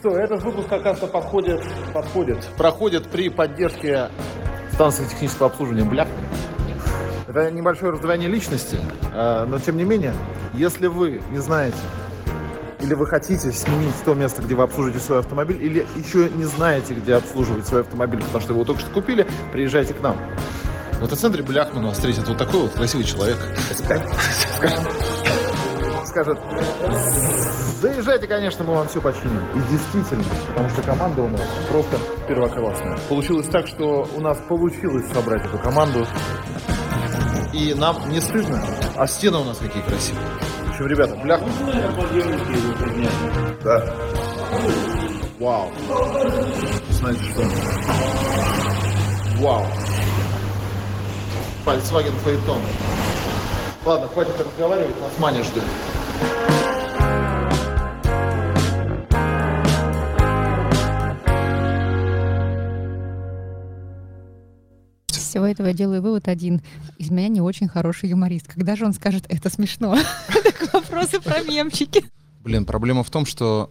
Все, этот выпуск, оказывается, подходит, подходит. Проходит при поддержке станции технического обслуживания «Бляк». Это небольшое раздвоение личности, э, но тем не менее, если вы не знаете, или вы хотите сменить то место, где вы обслуживаете свой автомобиль, или еще не знаете, где обслуживать свой автомобиль, потому что вы его только что купили, приезжайте к нам. В автоцентре Бляхман вас встретит вот такой вот красивый человек. Скажет, заезжайте, конечно, мы вам все починим. И действительно, потому что команда у нас просто первоклассная. Получилось так, что у нас получилось собрать эту команду. И нам не стыдно. А стены у нас какие красивые. В общем, ребята, бляха. Да. Вау. Знаете что? Вау. Volkswagen Phaeton. Ладно, хватит разговаривать, нас Маня ждет. Из всего этого я делаю вывод один. Из меня не очень хороший юморист. Когда же он скажет «это смешно»? Так вопросы про мемчики. Блин, проблема в том, что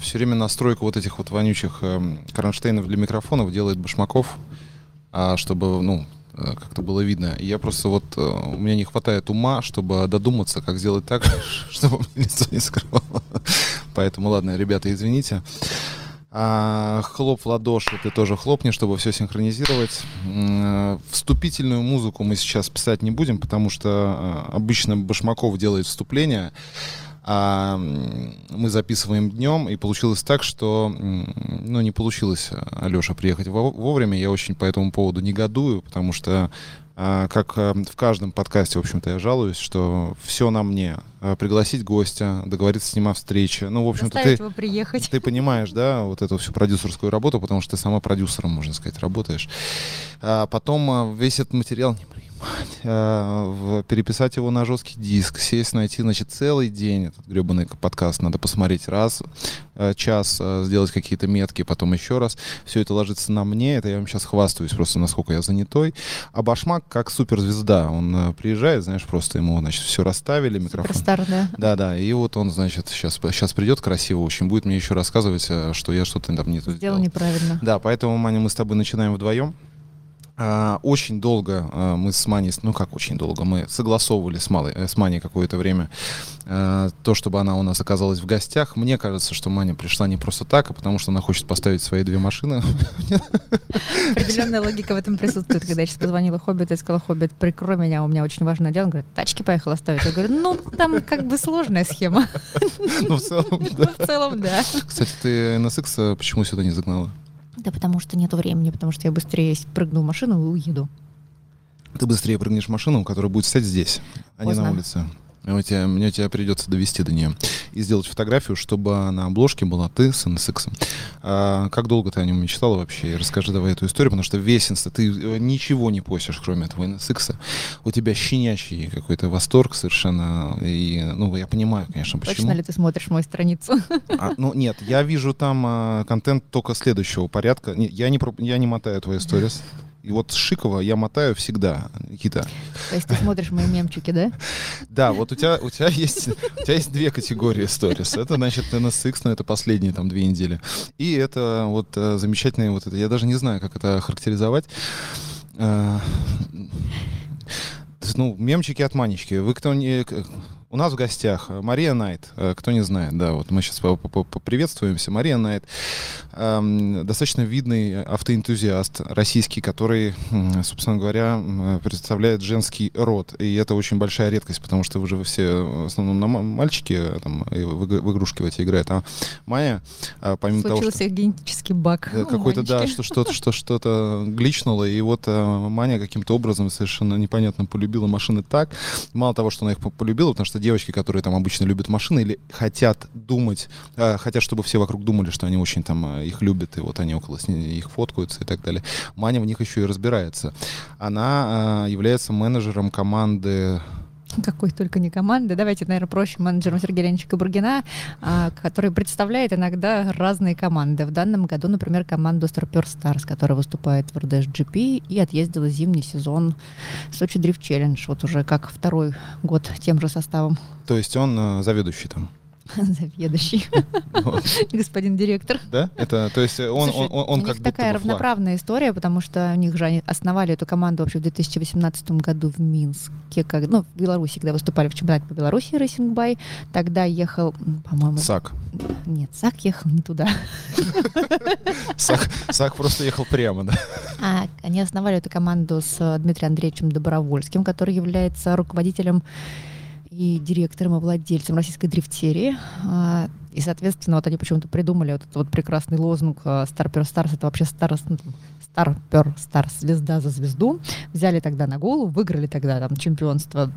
все время настройка вот этих вот вонючих э, кронштейнов для микрофонов делает Башмаков, а, чтобы, ну, э, как-то было видно. И я просто вот, э, у меня не хватает ума, чтобы додуматься, как сделать так, чтобы лицо не скрывало. Поэтому, ладно, ребята, извините. А, хлоп в ладоши, ты тоже хлопни, чтобы все синхронизировать. М, э, Вступительную музыку мы сейчас писать не будем, потому что э, обычно Башмаков делает вступление, а м, мы записываем днем, и получилось так, что м, ну, не получилось э, Алёше приехать во- вовремя. Я очень по этому поводу негодую, потому что а, как э, в каждом подкасте, в общем-то, я жалуюсь, что все на мне. А, Пригласить гостя, договориться с ним о встрече. Ну, в общем-то, ты... Заставить его приехать. Ты понимаешь, да, вот эту всю продюсерскую работу, потому что ты сама продюсером, можно сказать, работаешь. А потом а, весь этот материал не принимать, а, в- переписать его на жесткий диск, сесть, найти, значит, целый день этот гребаный подкаст надо посмотреть раз, э, час, э, сделать какие-то метки, потом еще раз. Все это ложится на мне, это я вам сейчас хвастаюсь просто, насколько я занятой. А Башмак как суперзвезда, он э, приезжает, знаешь, просто ему, значит, все расставили, микрофон. Суперстар, да. Да, да. И вот он, значит, сейчас, сейчас придет красиво очень, будет мне еще рассказывать, э, что я что-то там не то Сделал сделал. неправильно. Да, поэтому, Маня, мы с тобой начинаем вдвоем. А, Очень долго а, мы с Маней, с- ну как очень долго, мы согласовывали с, Малой, э, с Маней какое-то время а, то, чтобы она у нас оказалась в гостях. Мне кажется, что Маня пришла не просто так, а потому что она хочет поставить свои две машины. Определенная логика в этом присутствует. Когда я сейчас позвонила Хоббиту и сказала, Хоббит, прикрой меня, у меня очень важное дело. Он говорит, тачки поехала ставить. Я говорю, ну, там как бы сложная схема. Ну, в целом, Ну, да. в целом, да. Кстати, ты NSX э, почему сюда не загнала? Да потому что нету времени, потому что я быстрее прыгну в машину и уеду. Ты быстрее прыгнешь в машину, которая будет стоять здесь, а не на Поздно. улице. И у тебя- мне тебя придется довести до нее и сделать фотографию, чтобы на обложке была ты с NSX. А, как долго ты о нем мечтала вообще? И Расскажи давай эту историю, потому что весь инста, ты э, ничего не постишь, кроме этого NSX. У тебя щенячий какой-то восторг совершенно. И, ну, я понимаю, конечно, почему. Точно ли ты смотришь мою страницу? А, ну, нет, я вижу там а, контент только следующего порядка. Не, я, не, проп- я не мотаю твои сторис. И вот Шикова я мотаю всегда, Никита. То есть ты смотришь мои мемчики, да? Да, вот у тебя, у тебя есть у тебя есть две категории сторис. Это, значит, NSX, но ну, это последние там две недели. И это вот э, замечательные вот это. Я даже не знаю, как это характеризовать. Э, Ну, мемчики от манечки. Вы кто не... к- У нас в гостях э, Мария Найт. Э, Кто не знает, да, вот мы сейчас поприветствуемся. Мария Найт эм, достаточно видный автоэнтузиаст российский, который, м, собственно говоря, м, представляет женский род. И это очень большая редкость, потому что уже все э, в основном на ма- мальчики э, там, и в, иг- в игрушки в эти играют. А Майя, э, помимо того, что Случился генетический баг. э, у какой-то, да, Манечки. что что-то, что что-то гличнуло, и вот э, Маня каким-то образом совершенно непонятно полюбила машины так. Мало того, что она их по- полюбила, потому что девочки, которые там обычно любят машины или хотят думать, э, хотят, чтобы все вокруг думали, что они очень там э, их любят, и вот они около с ней- их фоткаются и так далее. Маня в них еще и разбирается. Она э, является менеджером команды Какой только не команды. Давайте, наверное, проще менеджером Сергея Леонидовича Кабургина, а, который представляет иногда разные команды. В данном году, например, команду Старпер Старс, которая выступает в RDSGP и отъездила зимний сезон Сочи Дрифт Челлендж. Вот уже как второй год тем же составом. То есть он э, заведующий там. заведующий, Вот. господин директор. Да? Это, то есть э, он, он, Слушай, он, он у как них будто такая бы флаг. равноправная история, потому что у них же они основали эту команду вообще в 2018 году в Минске, как, ну, в Беларуси, когда выступали в чемпионате по Беларуси Рейсингбай, тогда ехал, м, по-моему, Сак. нет, Сак ехал не туда. Сак. Сак просто ехал прямо, да. А они основали эту команду с э, Дмитрием Андреевичем Добровольским, который является руководителем и директором, и владельцем российской дрифтерии. А, И, соответственно, вот они почему-то придумали вот этот вот прекрасный лозунг э, «Старпер Старс» — это вообще «Старс», ну, там, «Старпер Старс» — звезда за звезду. Взяли тогда на голову, выиграли тогда там чемпионство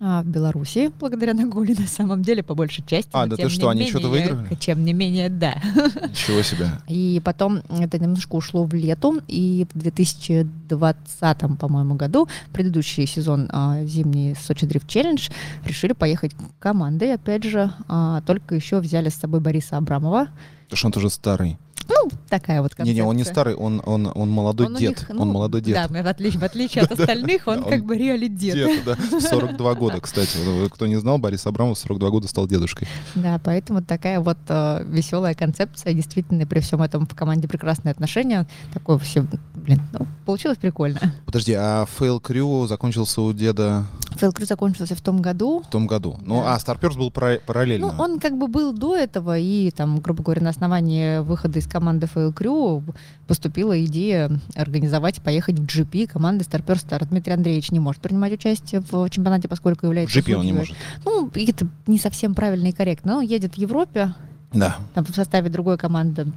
а, в Беларуси, благодаря Наголе, на самом деле, по большей части. А, но да ты тем что, не они что-то менее, выиграли? Тем не менее, да. Ничего себе. И потом это немножко ушло в лету, и в 2020, по-моему, году, предыдущий сезон а, зимний Сочи Дрифт Челлендж, решили поехать командой, опять же, а, только еще взяли с собой Бориса Абрамова. Потому что он тоже старый. Ну, такая вот концепция. Не-не, он не старый, он, он, он молодой Он у дед. них, он ну, молодой дед. Да, в отличие, в отличие от остальных, он Да, как он бы реально дед. Дед, да. 42 года, кстати. Вот, Кто не знал, Борис Абрамов в 42 года стал дедушкой. Да, поэтому такая вот а, веселая концепция. Действительно, при всем этом в команде прекрасные отношения. Такое все, блин, ну, получилось прикольно. Подожди, а Фейл Крю закончился у деда Фэлкрю закончился в том году, в том году. Ну, Да. а Старперс был пара- параллельно. Ну, он как бы был до этого, и там, грубо говоря, на основании выхода из команды Фейл Крю поступила идея организовать, поехать в GP команды Старпер Стар. Дмитрий Андреевич не может принимать участие в чемпионате, поскольку в является... GP он не судьей. может. Ну, и это не совсем правильно и корректно. Он едет в Европе, Да. там в составе другой команды.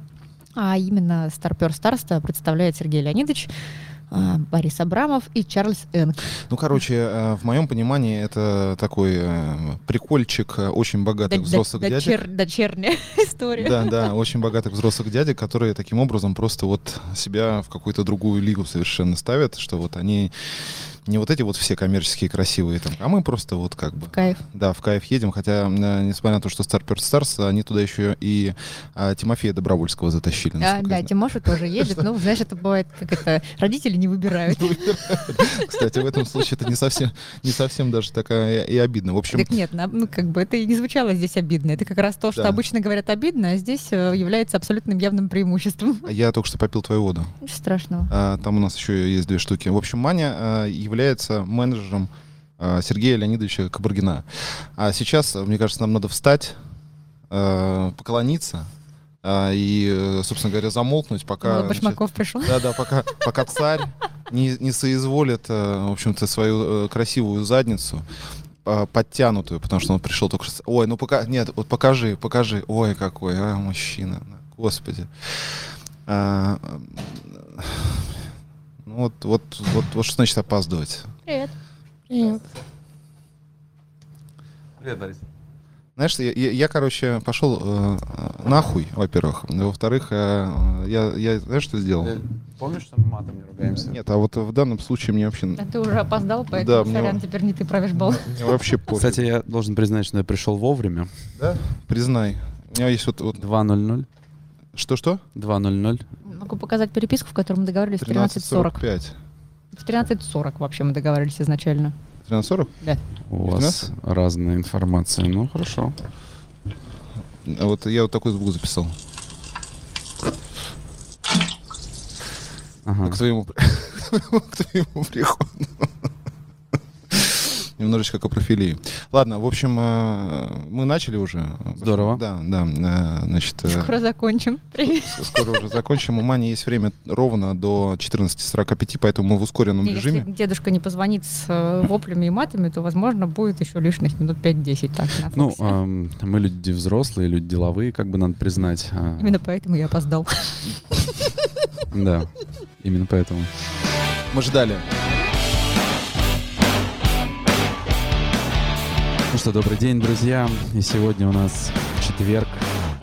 А именно Старпер Старста представляет Сергей Леонидович, а, Борис Абрамов и Чарльз Энг. Ну, короче, э, в моем понимании это такой э, прикольчик э, очень богатых Доч- взрослых доч- дядек. дочер- Дочерняя история. Да, да, очень богатых взрослых дядек, которые таким образом просто вот себя в какую-то другую лигу совершенно ставят, что вот они не вот эти вот все коммерческие красивые там, а мы просто вот как бы Кайф. да, в кайф едем, хотя, э, несмотря на то, что Star Perth Stars, они туда еще и а, Тимофея Добровольского затащили. Да, насколько А, да, я знаю. Тимоша тоже едет. Ну, знаешь, это бывает, как это, родители не выбирают. Кстати, в этом случае это не совсем, не совсем даже такая и обидно. В общем, Так нет, на- ну, как бы это и не звучало здесь обидно. Это как раз то, что Да. обычно говорят обидно, а здесь э, является абсолютным явным преимуществом. Ну, я только что попил твою воду. Ничего страшного. А, Там у нас еще есть две штуки. В общем, Маня а, является менеджером а, Сергея Леонидовича Кабаргина. А сейчас, а, мне кажется, нам надо встать, а, поклониться а, и, э, собственно говоря, замолкнуть, пока... Вот Башмаков пришел. значит, Да-да, пока, пока царь не, не соизволит, э, в общем-то, свою э, красивую задницу э, подтянутую, потому что он пришел только что... Ой, ну пока... Нет, вот покажи, покажи. Ой, какой, а, мужчина. Господи. А, э, ну вот, вот, вот, вот что значит опаздывать. Привет. Привет, Борис. Знаешь, я, я- я, короче, пошел э, нахуй, во-первых. Во-вторых, э, я, я, знаешь, что сделал? Ты Э, помнишь, что мы матом не ругаемся? Э, Нет, а вот в данном случае мне вообще, А ты уже опоздал, Да, поэтому, мне- сорян, теперь не ты правишь бал. мне вообще пофиг. Кстати, я должен признать, что я пришел вовремя. Да? Признай. У меня есть вот... вот- 2.00. Что-что? 2.00. Могу показать переписку, в которой мы договорились в 13.40. 13.45. В 13.40 вообще мы договорились изначально. 13.40? У вас разная информация. Ну, хорошо. А Вот я вот такой звук записал. Ага. К твоему, к твоему приходу. Немножечко капрофилии. Ладно, в общем, э, мы начали уже. Здорово. Да, да. э, Значит, э, Скоро закончим. Привет. скоро уже закончим. У Мани есть время ровно до 14.45, поэтому мы в ускоренном Если режиме. дедушка не позвонит с э, воплями и матами, то, возможно, будет еще лишних минут 5-10. Так, на Ну, Фоксе. а эм, мы люди взрослые, люди деловые, как бы надо признать. А, Именно поэтому я опоздал. Да, именно поэтому. Мы ждали. Ну что, добрый день, друзья. И сегодня у нас четверг,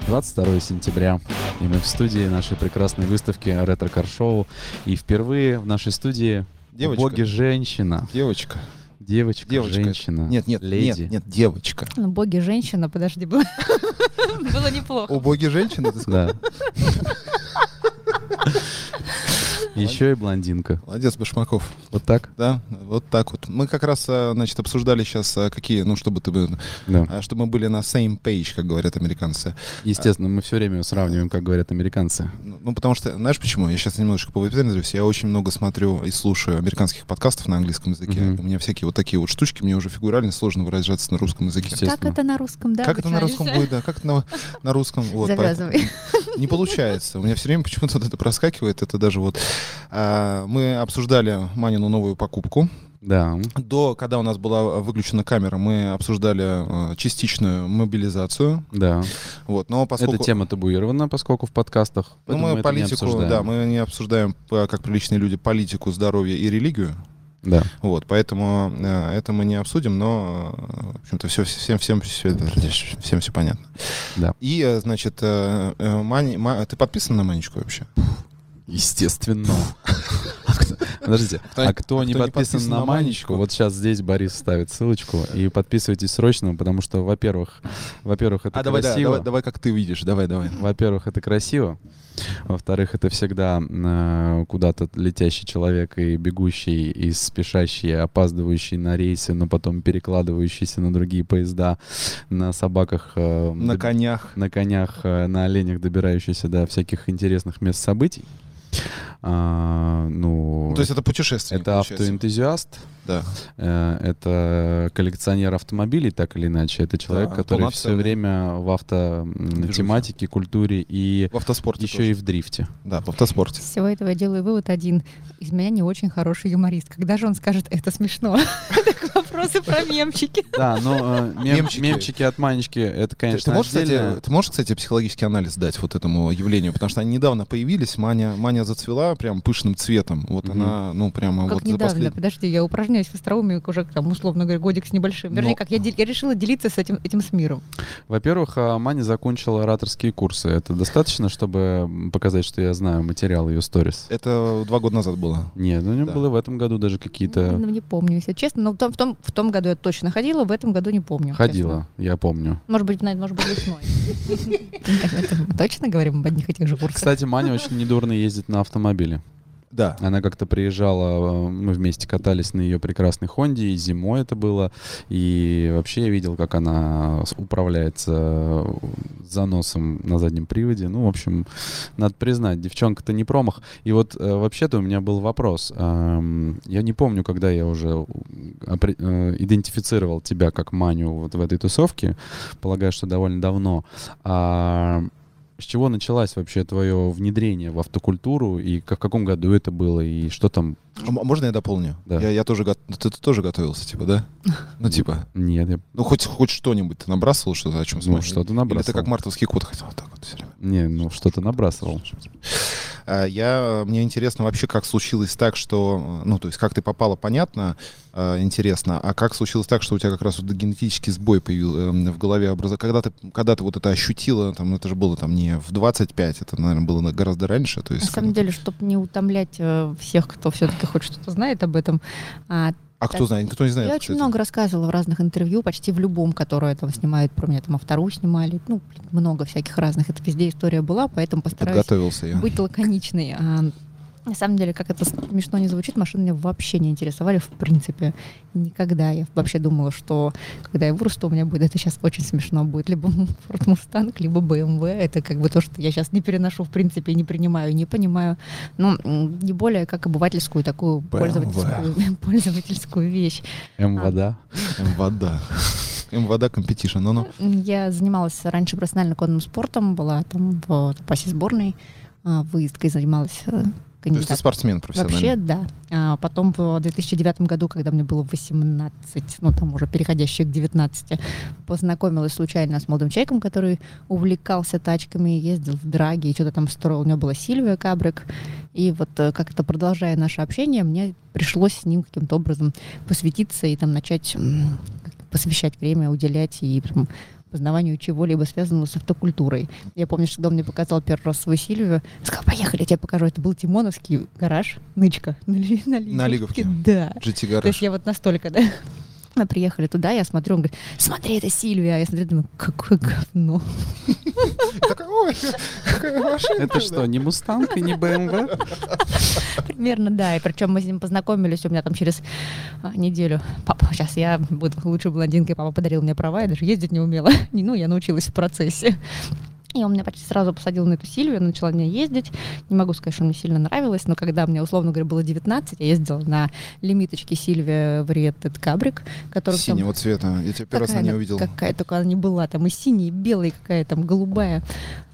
22 сентября. И мы в студии нашей прекрасной выставки ретро кар шоу И впервые в нашей студии Девочка. боги женщина. Девочка. Девочка, Девочка. женщина. Нет, нет, леди. нет, нет, девочка. Ну, боги женщина, подожди, было, было неплохо. Убогие женщины, ты сказал? Да. Еще и блондинка. Молодец, Башмаков. Вот так? Да, вот так вот. Мы как раз, э, значит, обсуждали сейчас, э, какие, ну, чтобы ты, бы- Да. э, чтобы мы были на same page, как говорят американцы. Естественно, мы все время сравниваем, как говорят американцы. Ну, ну, потому что, знаешь почему? Я сейчас немножечко повыпендриваюсь. Я очень много смотрю и слушаю американских подкастов на английском языке. Мгм. У меня всякие вот такие вот штучки, мне уже фигурально сложно выражаться на русском языке. Естественно. Как это на русском, да? как это на обычно русском будет, да? Как это на, на русском? Вот, поэтому- Завязывай. не получается. У меня все время почему-то вот это проскакивает. Это даже вот... а, мы обсуждали Манину новую покупку. Да. До, когда у нас была выключена камера, мы обсуждали а, частичную мобилизацию. Да. Вот, но поскольку... Эта тема табуирована, поскольку в подкастах. Ну, поэтому мы это не политику, обсуждаем. да, мы не обсуждаем, а, как приличные люди, политику, здоровье и религию. Да. Вот, поэтому э, это мы не обсудим, но, э, в общем-то, все, всем, всем, всё это- всем все понятно. Да. И, э, значит, э, э, Мани- Ма- ты подписан на Манечку вообще? Естественно. Подождите, а кто не подписан на Манечку, вот сейчас здесь Борис ставит ссылочку, и подписывайтесь срочно, потому что, во-первых, во-первых, это а давай, да, давай, красиво. давай, как ты видишь, давай, давай. Во-первых, это красиво. Во-вторых, это всегда э, куда-то летящий человек и бегущий, и спешащий, и опаздывающий на рейсы, но потом перекладывающийся на другие поезда, на собаках, э, На доб- конях. на конях, э, на оленях, добирающийся до всяких интересных мест событий. А, ну, Ну, То есть это путешествие. это автоэнтузиаст, Да. э, это коллекционер автомобилей, так или иначе. Это человек, Да, который все полноценный. время в авто м, тематике, культуре и В автоспорте. еще тоже. и в дрифте. Да, в автоспорте. Из всего этого я делаю вывод один. Из меня не очень хороший юморист. Когда же он скажет «это смешно»? Так вопросы про мемчики. Да, но э, мем- Мемчики. мемчики от Манечки, это, Ты- конечно, ты, можешь, отдельно. кстати, ты можешь, кстати, психологический анализ дать вот этому явлению? Потому что они недавно появились, Маня, Маня зацвела прям пышным цветом. Вот Мгм. она, ну, прямо вот Как за недавно, послед- подожди, я упражняюсь в остроумии уже, там, условно говоря, годик с небольшим. Вернее, Но- как я, дел- я решила делиться с этим, этим с миром. Во-первых, а, Маня закончила ораторские курсы. Это достаточно, чтобы м, показать, что я знаю материал ее сторис? Это два года назад было. Нет, ну у нее Да. было в этом году даже какие-то... Ну, не помню, если честно. Но в том, в, том, в том году я точно ходила, в этом году не помню. честно. Ходила, я помню. Может быть, на- может быть, весной. Это мы Точно говорим об одних и тех же курсах? Кстати, Маня очень недурно ездит на автомобиле. Да. Она как-то приезжала, э, мы вместе катались на ее прекрасной Хонде, и зимой это было. И вообще я видел, как она с- управляется э, заносом на заднем приводе. Ну, в общем, надо признать, девчонка-то не промах. И вот э, вообще-то у меня был вопрос. Эм, я не помню, когда я уже у- опре- э, идентифицировал тебя как Маню вот в этой тусовке. Полагаю, что довольно давно. А, с чего началось вообще твое внедрение в автокультуру и ка- в каком году это было и что там? А м- можно я дополню? Да. Я, я тоже го- ну, ты, ты тоже готовился, типа, да? Ну, типа. Нет, я Ну, хоть, хоть что-нибудь ты набрасывал, что то о чем ну, смотришь? что-то Или набрасывал. ты как мартовский кот хотел вот так вот все время? Не, ну что-то набрасывал. А, Я, мне интересно вообще, как случилось так, что, ну, то есть, как ты попала, понятно, э, интересно, а как случилось так, что у тебя как раз вот генетический сбой появился в голове образа, когда ты, когда ты вот это ощутила, там, ну, это же было там не в 25, это, наверное, было на- гораздо раньше, то На есть, самом деле, чтобы не утомлять э, всех, кто все-таки хоть что-то знает об этом, а, а кто знает, никто не Ну, знает. я очень кстати. много рассказывала в разных интервью, почти в любом, которое там снимают про меня, там автору снимали, ну, блин, много всяких разных, это везде история была, поэтому постараюсь Подготовился я. быть лаконичной. А, на самом деле, как это смешно не звучит, машины меня вообще не интересовали в принципе никогда. Я вообще думала, что когда я вырасту, у меня будет это сейчас очень смешно будет. Либо Ford Mustang, либо BMW. Это как бы то, что я сейчас не переношу в принципе, не принимаю, не понимаю. Ну, м, не более как обывательскую такую пользовательскую, пользовательскую вещь. М вода. МВД. МВД компетишн, ну, ну. Я занималась раньше профессионально конным спортом, была там в запасе сборной, а, выездкой занималась э, То есть ты кандидатом. спортсмен Вообще, профессиональный. да. А потом в 2009 году, когда мне было 18, ну там уже переходящие к 19, познакомилась случайно с молодым человеком, который увлекался тачками, ездил в драге и что-то там строил. У него была Сильвия Кабрик. И вот э, как-то продолжая наше общение, мне пришлось с ним каким-то образом посвятиться и там начать м, посвящать время, уделять и прям познаванию чего-либо связанного с автокультурой. Я помню, что когда он мне показал первый раз свою Сильвию, сказал, поехали, я тебе покажу. Это был Тимоновский гараж, нычка на, Ли- на На Лиговке. Да. GT То есть гараж. я вот настолько, да. Мы приехали туда, я смотрю, он говорит, смотри, это Сильвия. Я смотрю, думаю, какое говно. Такая, «Ой, какая машина». Это что, не Мустанг и не БМВ? Примерно, да. И причем мы с ним познакомились у меня там через а, неделю. Папа, сейчас я буду лучшей блондинкой. Папа подарил мне права, я даже ездить не умела. Не, Ну, я научилась в процессе. И он меня почти сразу посадил на эту Сильвию, она начала на ней ездить. Не могу сказать, что мне сильно нравилось, но когда мне, условно говоря, было 19, я ездила на лимиточке Сильвия в этот Кабрик, который... там- Синего цвета. Я тебя первый раз на Какая ней она- увидел. Какая только она не была, там и синяя, и белая, и какая там голубая.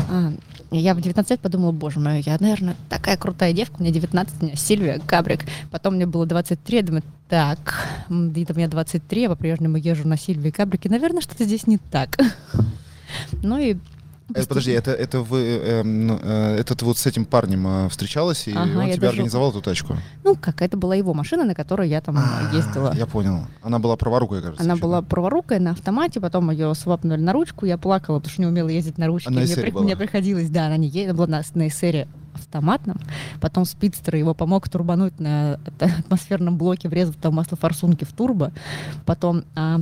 А, и я в 19 лет подумала, боже мой, я, наверное, такая крутая девка, мне 19, у меня Сильвия Кабрик. Потом мне было 23, я думаю, так, м, да и там я 23, я по-прежнему езжу на Сильвии Кабрике, наверное, что-то здесь не так. Ну и... Э, Подожди, это, это вы, эм, э, это ты вот с этим парнем э, встречалась, и Ага, он я тебе даже- организовал эту тачку? Ну как, это была его машина, на которой я там А, ездила. Я понял. Она была праворукой, кажется. Она ещё, была да? праворукой на автомате, потом ее свапнули на ручку. Я плакала, потому что не умела ездить на ручке. Она мне, эсере при- была? мне приходилось, да, она не ездила, была на, на эсере автоматном. Потом спидстер его помог турбануть на ат- атмосферном блоке, врезав там масло форсунки в турбо. Потом, а,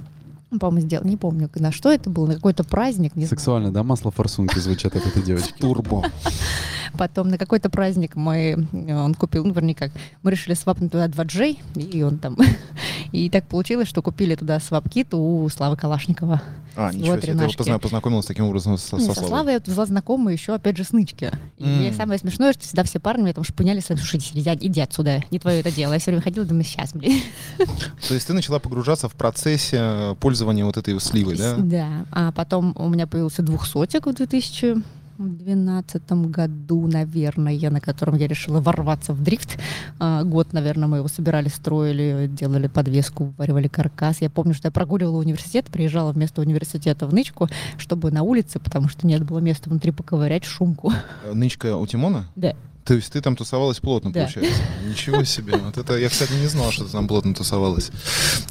ну, по-моему, сделал, не помню, на что это было, на какой-то праздник, не знаю. Сексуально, да, масло форсунки звучат от этой девочки? Турбо. Потом на какой-то праздник мы, э, он купил, ну, вернее, как, мы решили свапнуть туда 2G, и он там... И так получилось, что купили туда свапкит у Славы Калашникова. А, с ничего его себе, ты его тренажки. позна- познакомилась таким образом со, Не, со Ну, со Славой. Славой я была знакома еще, опять же, с Нычки. И М. мне самое смешное, что всегда все парни меня там шпыняли, сказали, слушай, иди, иди отсюда, не твое это дело. Я все время ходила, думаю, сейчас, блин. То есть ты начала погружаться в процессе э, пользования вот этой сливой, да? Да. А потом у меня появился двухсотик в 2012 году, наверное, на котором я решила ворваться в дрифт. А, Год, наверное, мы его собирали, строили, делали подвеску, варивали каркас. Я помню, что я прогуливала университет, приезжала вместо университета в Нычку, чтобы на улице, потому что нет было места внутри поковырять шумку. Э, Нычка у Тимона? Да. То есть ты там тусовалась плотно, Да. получается? Ничего себе. Вот это я, кстати, не знал, что ты там плотно тусовалась.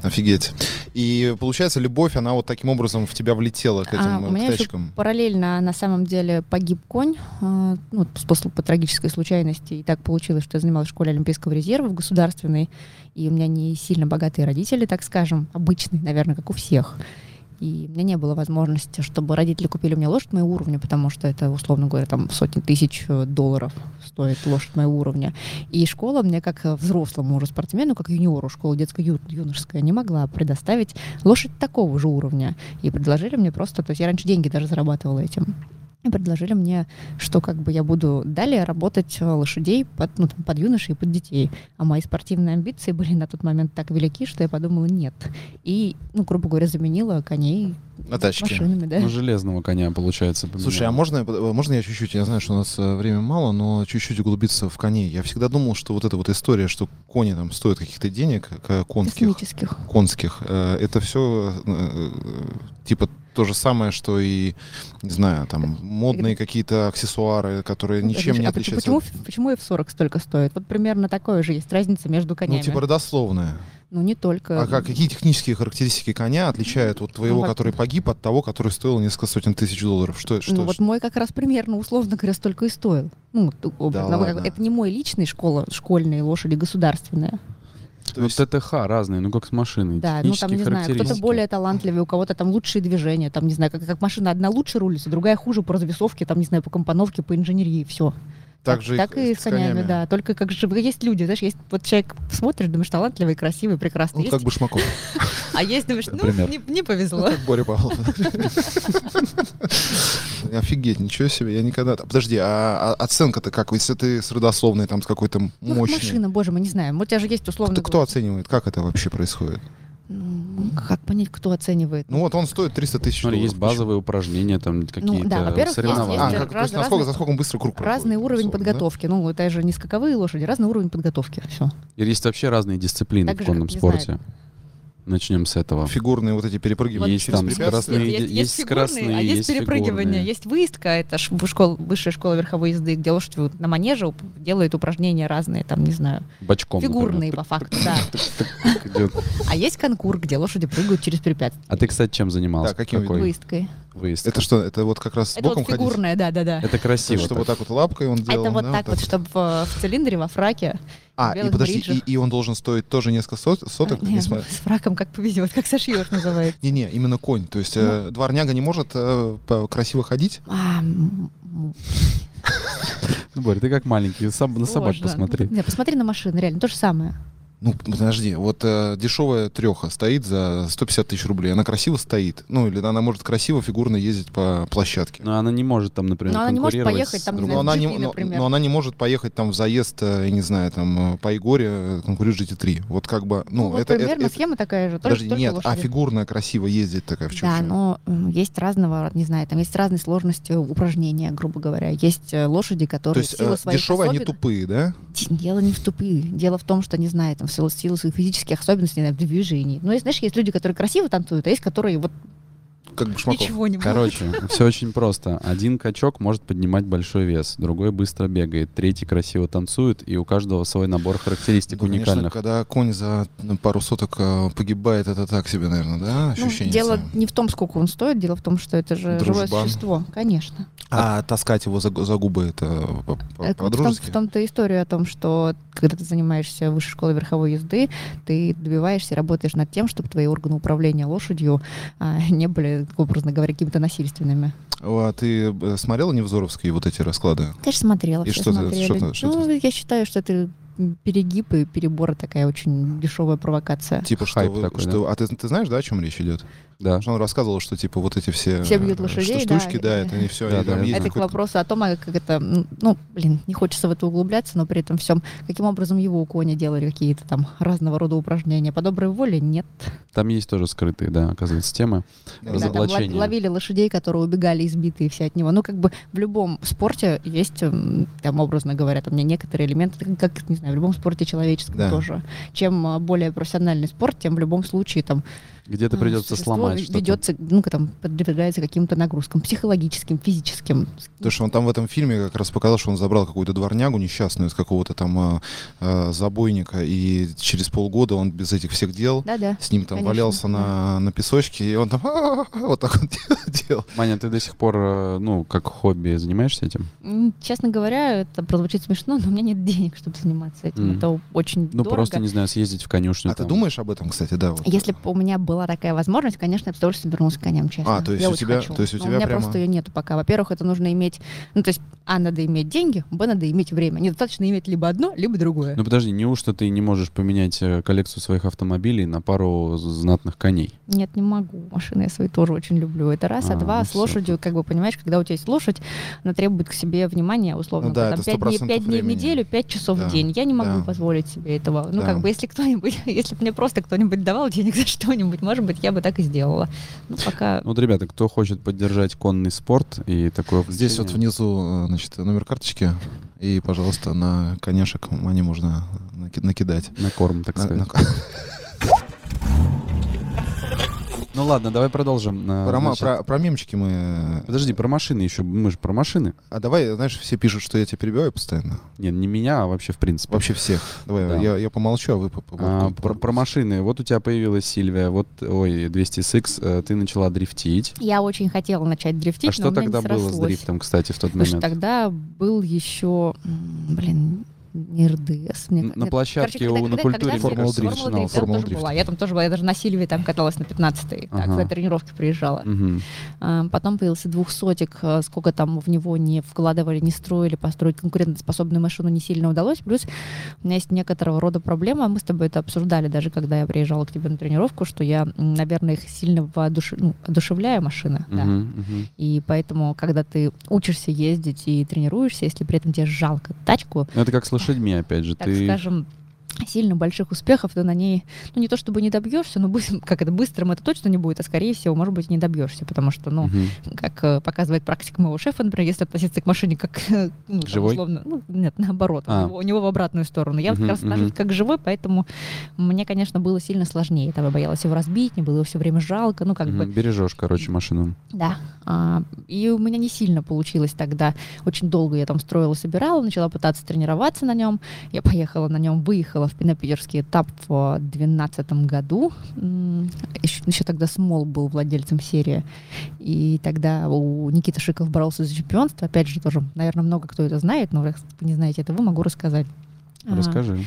Офигеть. И получается, любовь, она вот таким образом в тебя влетела к А, этим у э, к меня ещё тачкам. Параллельно, на самом деле, погиб конь. а, Ну, с- после по трагической случайности. И так получилось, что я занималась в школе Олимпийского резерва, в государственной. И у меня не сильно богатые родители, так скажем. Обычные, наверное, как у всех. И у меня не было возможности, чтобы родители купили мне лошадь моего уровня, потому что это, условно говоря, там сотни тысяч э, долларов стоит лошадь моего уровня. И школа мне, как э, взрослому уже спортсмену, как юниору, школа детско-юношеская, не могла предоставить лошадь такого же уровня. И предложили мне просто, то есть я раньше деньги даже зарабатывала этим. И предложили мне, что как бы я буду далее работать э, лошадей под, ну, там, под юношей и под детей. А мои спортивные амбиции были на тот момент так велики, что я подумала, нет. И, ну, грубо говоря, заменила коней На тачке. машинами, да. Ну, железного коня, получается. поменял. Слушай, а можно, я под- можно я чуть-чуть, я знаю, что у нас э, времени мало, но чуть-чуть углубиться в коней. Я всегда думал, что вот эта вот история, что кони там стоят каких-то денег, э, к- конских, Космических. конских, э, это все типа то же самое, что и, не знаю, там модные какие-то аксессуары, которые ничем не Э, а почему, отличаются. почему, почему F40 столько стоит? Вот примерно такое же есть разница между конями. Ну, типа родословная. Ну, не только. А как, какие технические характеристики коня отличают вот твоего, во- который погиб, от того, который стоил несколько сотен тысяч долларов? Что, что, Ну, ну, вот мой как раз примерно, условно говоря, столько и стоил. Ну, вот, образно. Вы как- ладно? это не мой личный школа, школьные лошади, ггосударственные. то Ну, есть- ТТХ разные, ну как с машиной. Да, ну там, технические не знаю, кто-то характеристики. более талантливый, у кого-то там лучшие движения, там, не знаю, как, как машина одна лучше рулится, другая хуже по развесовке, там, не знаю, по компоновке, по инженерии, все. так же так и с конями, да. Только как же есть люди, знаешь, есть вот человек смотришь, думаешь, талантливый, красивый, прекрасный, Ну, есть, как Башмаков. а есть, думаешь, ну, Например. не, не повезло. Как Боря Павлов. Офигеть, ничего себе, я никогда... Подожди, а а оценка-то как? Если ты с родословной, там, с какой-то Ну, как мощной... машина, боже мой, не знаю. Вот у тебя же есть условно... Кто, кто оценивает? Как это вообще происходит? Ну, Как понять, кто оценивает? Ну вот он стоит 300 тысяч Смотри, долларов. есть базовые упражнения, там какие-то Ну, во-первых, есть- соревнования. А, есть как, то есть раз- насколько, разные- за сколько быстро круг проходит, Разный уровень условно, да? подготовки. Ну, это же не скаковые лошади, разный уровень подготовки. Все. И Есть вообще разные дисциплины Так в же, конном как, не знаю. спорте. Начнем с этого. Фигурные вот эти перепрыгивания Есть через там препятствия. скоростные, есть- есть скоростные, а есть, есть перепрыгивание, фигурные. есть выездка, это ш- в школ- высшая школа верховой езды, где лошадь вот на манеже уп- делает упражнения разные, там, не знаю, Бочком. фигурные например. по факту, да. Идёт. А есть конкур, где лошади прыгают через препятствия. А ты, кстати, чем занимался? Да, каким Какой? Ой. видом? Выездкой. выезд. Это что, это вот как раз Это боком вот ходить? фигурное, да-да-да. Это красиво. Чтобы вот так. так вот лапкой он делал? Это вот да, так вот, чтобы в в цилиндре, во фраке. А, в и белых подожди, и, бриджах. и он должен стоить тоже несколько сот- соток? Не, несмотря- С фраком как повезет, как сошьешь называет. Не-не, именно конь. То Ну. есть э, дворняга не может э, по- красиво ходить? А, м, м, Ну, Борь, ты как маленький, сам на собак сложно. посмотри. Да, посмотри на машины, реально, то же самое. Ну, подожди, вот э, дешевая треха стоит за 150 тысяч рублей. Она красиво стоит. Ну, или она может красиво, фигурно ездить по Ну, площадке. Но Ну, она не может там, например, Но Ну, она не может конкурировать поехать с там, не другом. знаю, Но она, не, GP, но, например. но она не может поехать там в заезд, э, я не знаю, там э, по Егоре э, конкурирует GT3. Вот как бы, ну, Ну, вот это... это- примерно это- схема такая же, только, подожди, только нет, а лошади. фигурная красиво ездит такая в чем? Да, ну, фигура? но м, есть разного, не знаю, там есть разной сложности упражнения, грубо говоря. Есть э, лошади, То которые есть в силу э, своих дешевые, они особен- тупые, да? Ди- Дело не в тупые. Дело в том, что, не знаю, там, в силу, в силу своих физических особенностей, не знаю, движений. Ну, есть, знаешь, есть люди, которые красиво танцуют, а есть, которые вот Как Башмаков. ничего не могут. Короче, все очень просто. Один качок может поднимать большой вес, другой быстро бегает, третий красиво танцует, и у каждого свой набор характеристик Ну, конечно, уникальных. когда конь за ну, пару соток э, погибает, это так себе, наверное, да, Ну, ощущение? дело самое? не в том, сколько он стоит, дело в том, что это же живое Дружбан. существо, конечно. А таскать его за, г- за губы, это по- Э, по- В том, по-дружески? в том-то история о том, что когда ты занимаешься высшей школой верховой езды, ты добиваешься, и работаешь над тем, чтобы твои органы управления лошадью а, не были, образно говоря, какими-то насильственными. А ты э, смотрела Невзоровские вот эти расклады? Ты же смотрела, И все что ты- смотрели. что ты- что ты- ну, я считаю, что это м, перегиб и перебор такая очень дешевая провокация. Типа что, Хайп вы- такой, что- а ты, ты знаешь, да, о чем речь идет? Да. Потому что он рассказывал, что типа вот эти все, Все бьют э, лошадей, шту- штучки, да, да, и- это не все. Да, да, я Это к вопросу о том, а как это, м, ну, блин, не хочется в это углубляться, но при этом всем, каким образом его у коня делали какие-то там разного рода упражнения. По доброй воле нет. Там есть тоже скрытые, да, оказывается, темы. Да, там ло- Разоблачение. ловили лошадей, которые убегали избитые все от него. Ну, как бы в любом спорте есть, м, там, образно говоря, там не- некоторые элементы, как- как, не знаю, в любом спорте человеческом Да. тоже. Чем а, более профессиональный спорт, тем в любом случае там Где-то а, придется существо сломать ве- что-то. ведется, ну, там, подвергается каким-то нагрузкам психологическим, физическим. Потому что он там в этом фильме как раз показал, что он забрал какую-то дворнягу несчастную из какого-то там э, э, забойника, и через полгода он без этих всех дел Да-да. с ним там Конечно, валялся на, на песочке, и он там «А-а-а-а», вот так вот делал. Маня, ты до сих пор, э, ну, как хобби занимаешься этим? М, Честно говоря, это прозвучит смешно, но у меня нет денег, чтобы заниматься этим. Мгм. Это очень Ну, дорого. просто, не знаю, съездить в конюшню. А ты там. думаешь об этом, кстати, да? вот? Если бы у меня была такая возможность, конечно, я бы с удовольствием вернулась к коням, честно. А, то есть я у очень тебя- хочу. то есть у Но тебя меня прямо- просто ее нету пока. Во-первых, это нужно иметь... Ну, то есть, а, надо иметь деньги, б, надо иметь время. Недостаточно иметь либо одно, либо другое. Ну, подожди, неужто ты не можешь поменять э, коллекцию своих автомобилей на пару знатных коней? Нет, не могу. Машины я свои тоже очень люблю. Это раз, а, А, два, ну с всё лошадью, как бы, понимаешь, когда у тебя есть лошадь, она требует к себе внимания, условно, Ну да, там, это 5 дней, 100% пять дней в времени. неделю, 5 часов Да, в день. Я не могу да. позволить себе этого. Ну, Да. как бы, если кто-нибудь, если бы мне просто кто-нибудь давал денег за что-нибудь, может быть, я бы так и сделала. Ну, пока... Ну, вот, ребята, кто хочет поддержать конный спорт и такое... Здесь вот увлечение, внизу, э, значит, номер карточки, и, пожалуйста, на коняшек они можно наки- накидать. На корм, так На- сказать. на- Ну ладно, давай продолжим. А, Про ма- значит, про- Про мемчики мы... э, Подожди, про машины еще. Мы же про машины. А давай, знаешь, все пишут, что я тебя перебиваю постоянно. Нет, не меня, а вообще в принципе. Вообще всех. Давай, Да. я, я помолчу, а вы... по- по- А, по- про, про машины. Вот у тебя появилась Сильвия, вот, ой, 200SX, э, ты начала дрифтить. Я очень хотела начать дрифтить, а что но у меня тогда не было с срослось. дрифтом, кстати, в тот Потому что момент? тогда был еще, м, блин, не РДС. мне Н- как- на нет, площадке Короче, у- когда- на когда- культуре когда Формула все- Дрифт Формула начиналась. Дрифт, я Формула тоже Дрифт. была. Я там тоже была, я даже на Сильве там каталась на 15-й, так, Ага. на тренировке приезжала. Мгм. А, Потом появился двухсотик, а, сколько там в него не вкладывали, не строили, построить конкурентоспособную машину не сильно удалось. Плюс у меня есть некоторого рода проблема, мы с тобой это обсуждали даже, когда я приезжала к тебе на тренировку, что я, м, наверное, их сильно воодушев- ну, одушевляю машины, да. Мгм, мгм. И поэтому, когда ты учишься ездить и тренируешься, если при этом тебе жалко тачку, Ну, Это как с лошадьми, опять же. так ты... скажем, сильно больших успехов ты на ней, ну не то чтобы не добьешься, но быс- как это быстрым это точно не будет, а скорее всего, может быть, не добьешься, потому что, ну, Мгм. как э, показывает практика моего шефа, например, если относиться к машине как э, ну, там, Живой? условно, ну, нет, наоборот, А. у, него, у него в обратную сторону. Я вот Мгм, как раз мгм. отношусь как живой, поэтому мне, конечно, было сильно сложнее. Там я боялась его разбить, мне было его все время жалко, ну как Мгм. бы Бережешь, короче, машину. да. А, и у меня не сильно получилось тогда. Очень долго я там строила, собирала, начала пытаться тренироваться на нем. Я поехала на нем, выехала в пи- на питерский этап в 2012 году. М, Еще, еще тогда Смол был владельцем серии. И тогда у Никиты Шиков боролся за чемпионство. Опять же, тоже, наверное, много кто это знает, но раз вы не знаете этого, могу рассказать. А, Расскажи.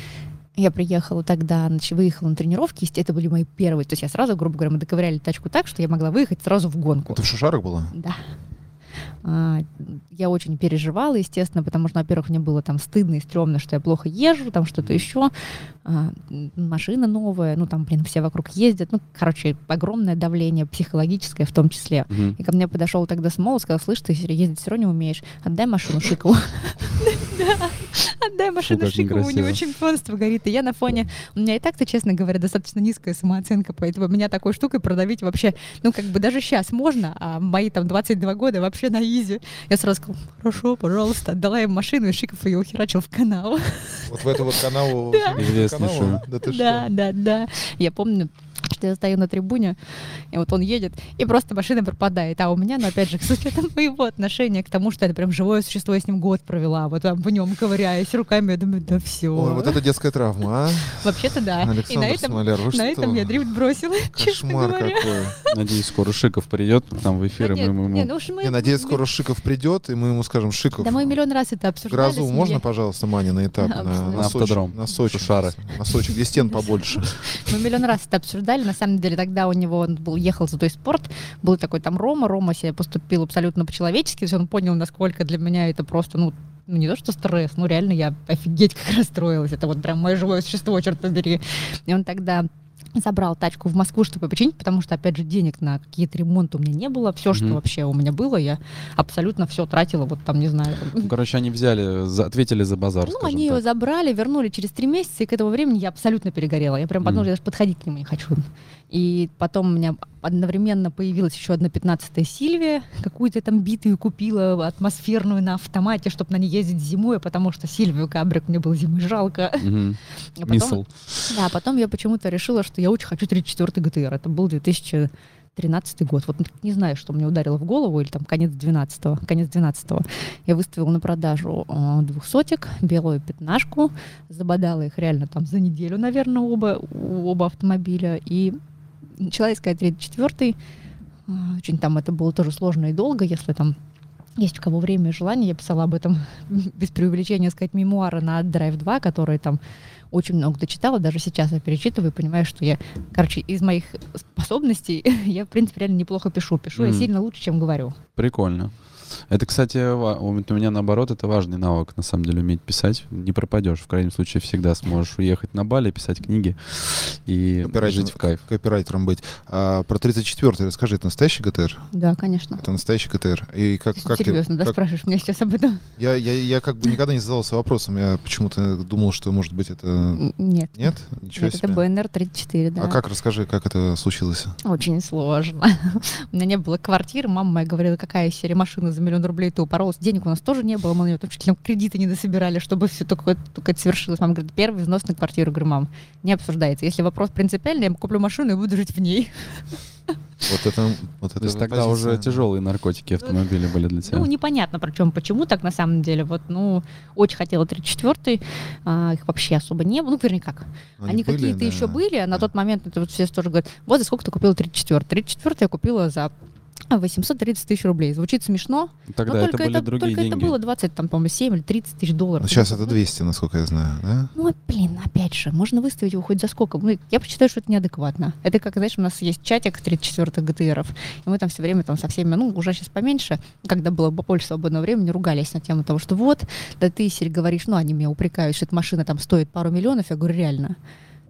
я приехала тогда, значит, выехала на тренировки, естественно, это были мои первые. То есть я сразу, грубо говоря, мы доковыряли тачку так, что я могла выехать сразу в гонку. Ты в Шушарах была? Да. А, Я очень переживала, естественно, потому что, во-первых, мне было там стыдно и стрёмно, что я плохо езжу, там что-то еще. А, м, Машина новая, ну там, блин, все вокруг ездят. Ну, короче, огромное давление психологическое в том числе. Мгм. И ко мне подошел тогда Смол и сказал, слышь, ты ездить все равно не умеешь. Отдай машину Шикову. Да, Отдай машину как Шикову, у него некрасиво. чемпионство горит. И я на фоне... У меня и так-то, честно говоря, достаточно низкая самооценка, поэтому меня такой штукой продавить вообще... Ну, как бы даже сейчас можно, а мои там 22 года вообще на изи. Я сразу сказала, хорошо, пожалуйста. Отдала им машину, и Шиков ее ухерачил в канал. Вот в эту вот канаву. Известнейшую. канаву? Да ты Да, что? да, да. Я помню, что я стою на трибуне, и вот он едет, и просто машина пропадает. А у меня, ну, опять же, с учетом моего отношения к тому, что это прям живое существо, я с ним год провела, вот там в нем ковыряясь руками, я думаю, да все. Ой, вот это детская травма, а? Вообще-то да. и на Александр этом, Смоляр, вы на что? этом я дрифт бросила, честно Кошмар говоря. какой. Надеюсь, скоро Шиков придет к нам в Ну, эфир, и мы нет, ему... не, ну уж мы- Я надеюсь, скоро Шиков придет, и мы ему скажем, Шиков, Да мы миллион раз это обсуждали. грозу с ней. можно, пожалуйста, Мане на этап? Да, На, На Сочи? автодром. На Сочи. Шары. На Сочи, где стен побольше. Мы миллион раз это обсуждали. На самом деле тогда у него он был, ехал за той спорт. Был такой там Рома. Рома себя поступил абсолютно по-человечески. То есть он понял, насколько для меня это просто, ну, ну, не то, что стресс, ну, реально я офигеть как расстроилась. Это вот прям мое живое существо, черт побери. И он тогда забрал тачку в Москву, чтобы починить, потому что, опять же, денег на какие-то ремонты у меня не было. Все, что Мгм. вообще у меня было, я абсолютно все тратила. Вот там, не знаю, Ну, короче, они взяли, за- ответили за базар, ну, скажем они ее так. забрали, вернули через три месяца, и к этому времени я абсолютно перегорела. Я прям подумала, Мгм. я даже подходить к нему не хочу. И потом у меня одновременно появилась еще одна 15-я Сильвия. Какую-то там битую купила атмосферную на автомате, чтобы на ней ездить зимой, потому что Сильвию Кабрик мне было зимой жалко. Мгм. А потом- Миссл. да, потом я почему-то решила, что я очень хочу 34-й ГТР. Это был 2013 год. Вот не знаю, что мне ударило в голову, или там конец 12-го. Конец 12-го. Я выставила на продажу э, двухсотик, белую пятнашку. Забодала их реально там за неделю, наверное, оба, у- оба автомобиля. И начала искать 34-й. Э, Очень там это было тоже сложно и долго, если там есть у кого время и желание. Я писала об этом без преувеличения, сказать, мемуары на Drive 2, которые там очень много дочитала, даже сейчас я перечитываю, и понимаю, что я, короче, из моих способностей я, в принципе, реально неплохо пишу. Пишу я Мгм. сильно лучше, чем говорю. Прикольно. Это, кстати, ва- у м- у меня наоборот, это важный навык, на самом деле, уметь писать. Не пропадешь. В крайнем случае, всегда сможешь уехать на Бали, писать книги и Копирайтером- жить в кайф. Копирайтером быть. А, про 34-й расскажи, это настоящий ГТР? Да, конечно. Это настоящий ГТР. И как, как ты- Серьезно, да, как- спрашиваешь меня сейчас об этом? я, я, я как бы никогда не задавался вопросом. Я почему-то думал, что, может быть, это... Н- Нет. Нет? Ничего Нет, это себе. БНР-34, да. А как, расскажи, как это случилось? Очень сложно. у меня не было квартиры, мама моя говорила, какая серия машины за миллион рублей ты упоролась. Денег у нас тоже не было, мы на нее там чуть ли кредиты не дособирали, чтобы все только, только это свершилось. Мама говорит, первый взнос на квартиру. Говорю, мам, не обсуждается. Если вопрос принципиальный, я куплю машину и буду жить в ней. Вот это... Вот это То есть вот тогда уже позиция. тяжелые наркотики автомобили были для тебя. Ну, непонятно, причем почему так на самом деле. Вот, ну, очень хотела 34-й, а, их вообще особо не было. Ну, вернее, как. Они Они, были, какие-то да. еще были, а на Да. тот момент это вот все тоже говорят, вот за сколько ты купила 34 34 я купила за 830 тысяч рублей. Звучит смешно, Тогда но это ну, только, были это, другие только это деньги. было 20, там, по-моему, 7 или 30 тысяч долларов. Ну, Сейчас это 200, насколько я знаю, да? Ну, блин, опять же, можно выставить его хоть за сколько. Ну, я считаю, что это неадекватно. Это как, знаешь, у нас есть чатик 34-х ГТРов, и мы там все время там со всеми, ну, уже сейчас поменьше, когда было побольше свободного времени, ругались на тему того, что вот, да ты, Сирь, говоришь, ну, они меня упрекают, что эта машина там стоит пару миллионов. Я говорю, реально.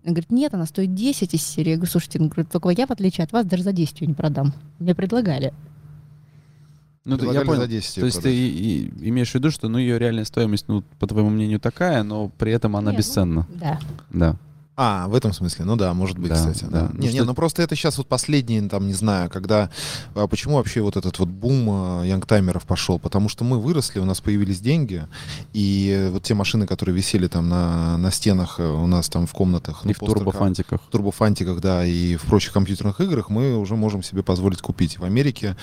Он говорит, нет, она стоит 10 из серии. Я говорю, слушайте, он говорит, только я, в отличие от вас, даже за 10 ее не продам. Мне предлагали. Ну, ты- я Предлагали понял. за 10 То есть ты и- и имеешь в виду, что ну, ее реальная стоимость, ну, по твоему мнению, такая, но при этом она Не, ну, бесценна. Да. Да. А, в этом смысле, ну да, может быть, Да, кстати. Да. да. Не, Ну, не, что- ну просто это сейчас вот последний, там, не знаю, когда... а, Почему вообще вот этот вот бум а, янгтаймеров пошел? Потому что мы выросли, у нас появились деньги, и вот те машины, которые висели там на, на стенах э, у нас там в комнатах... ну, И в постер- турбофантиках. в турбофантиках, да, и в прочих компьютерных играх мы уже можем себе позволить купить. В Америке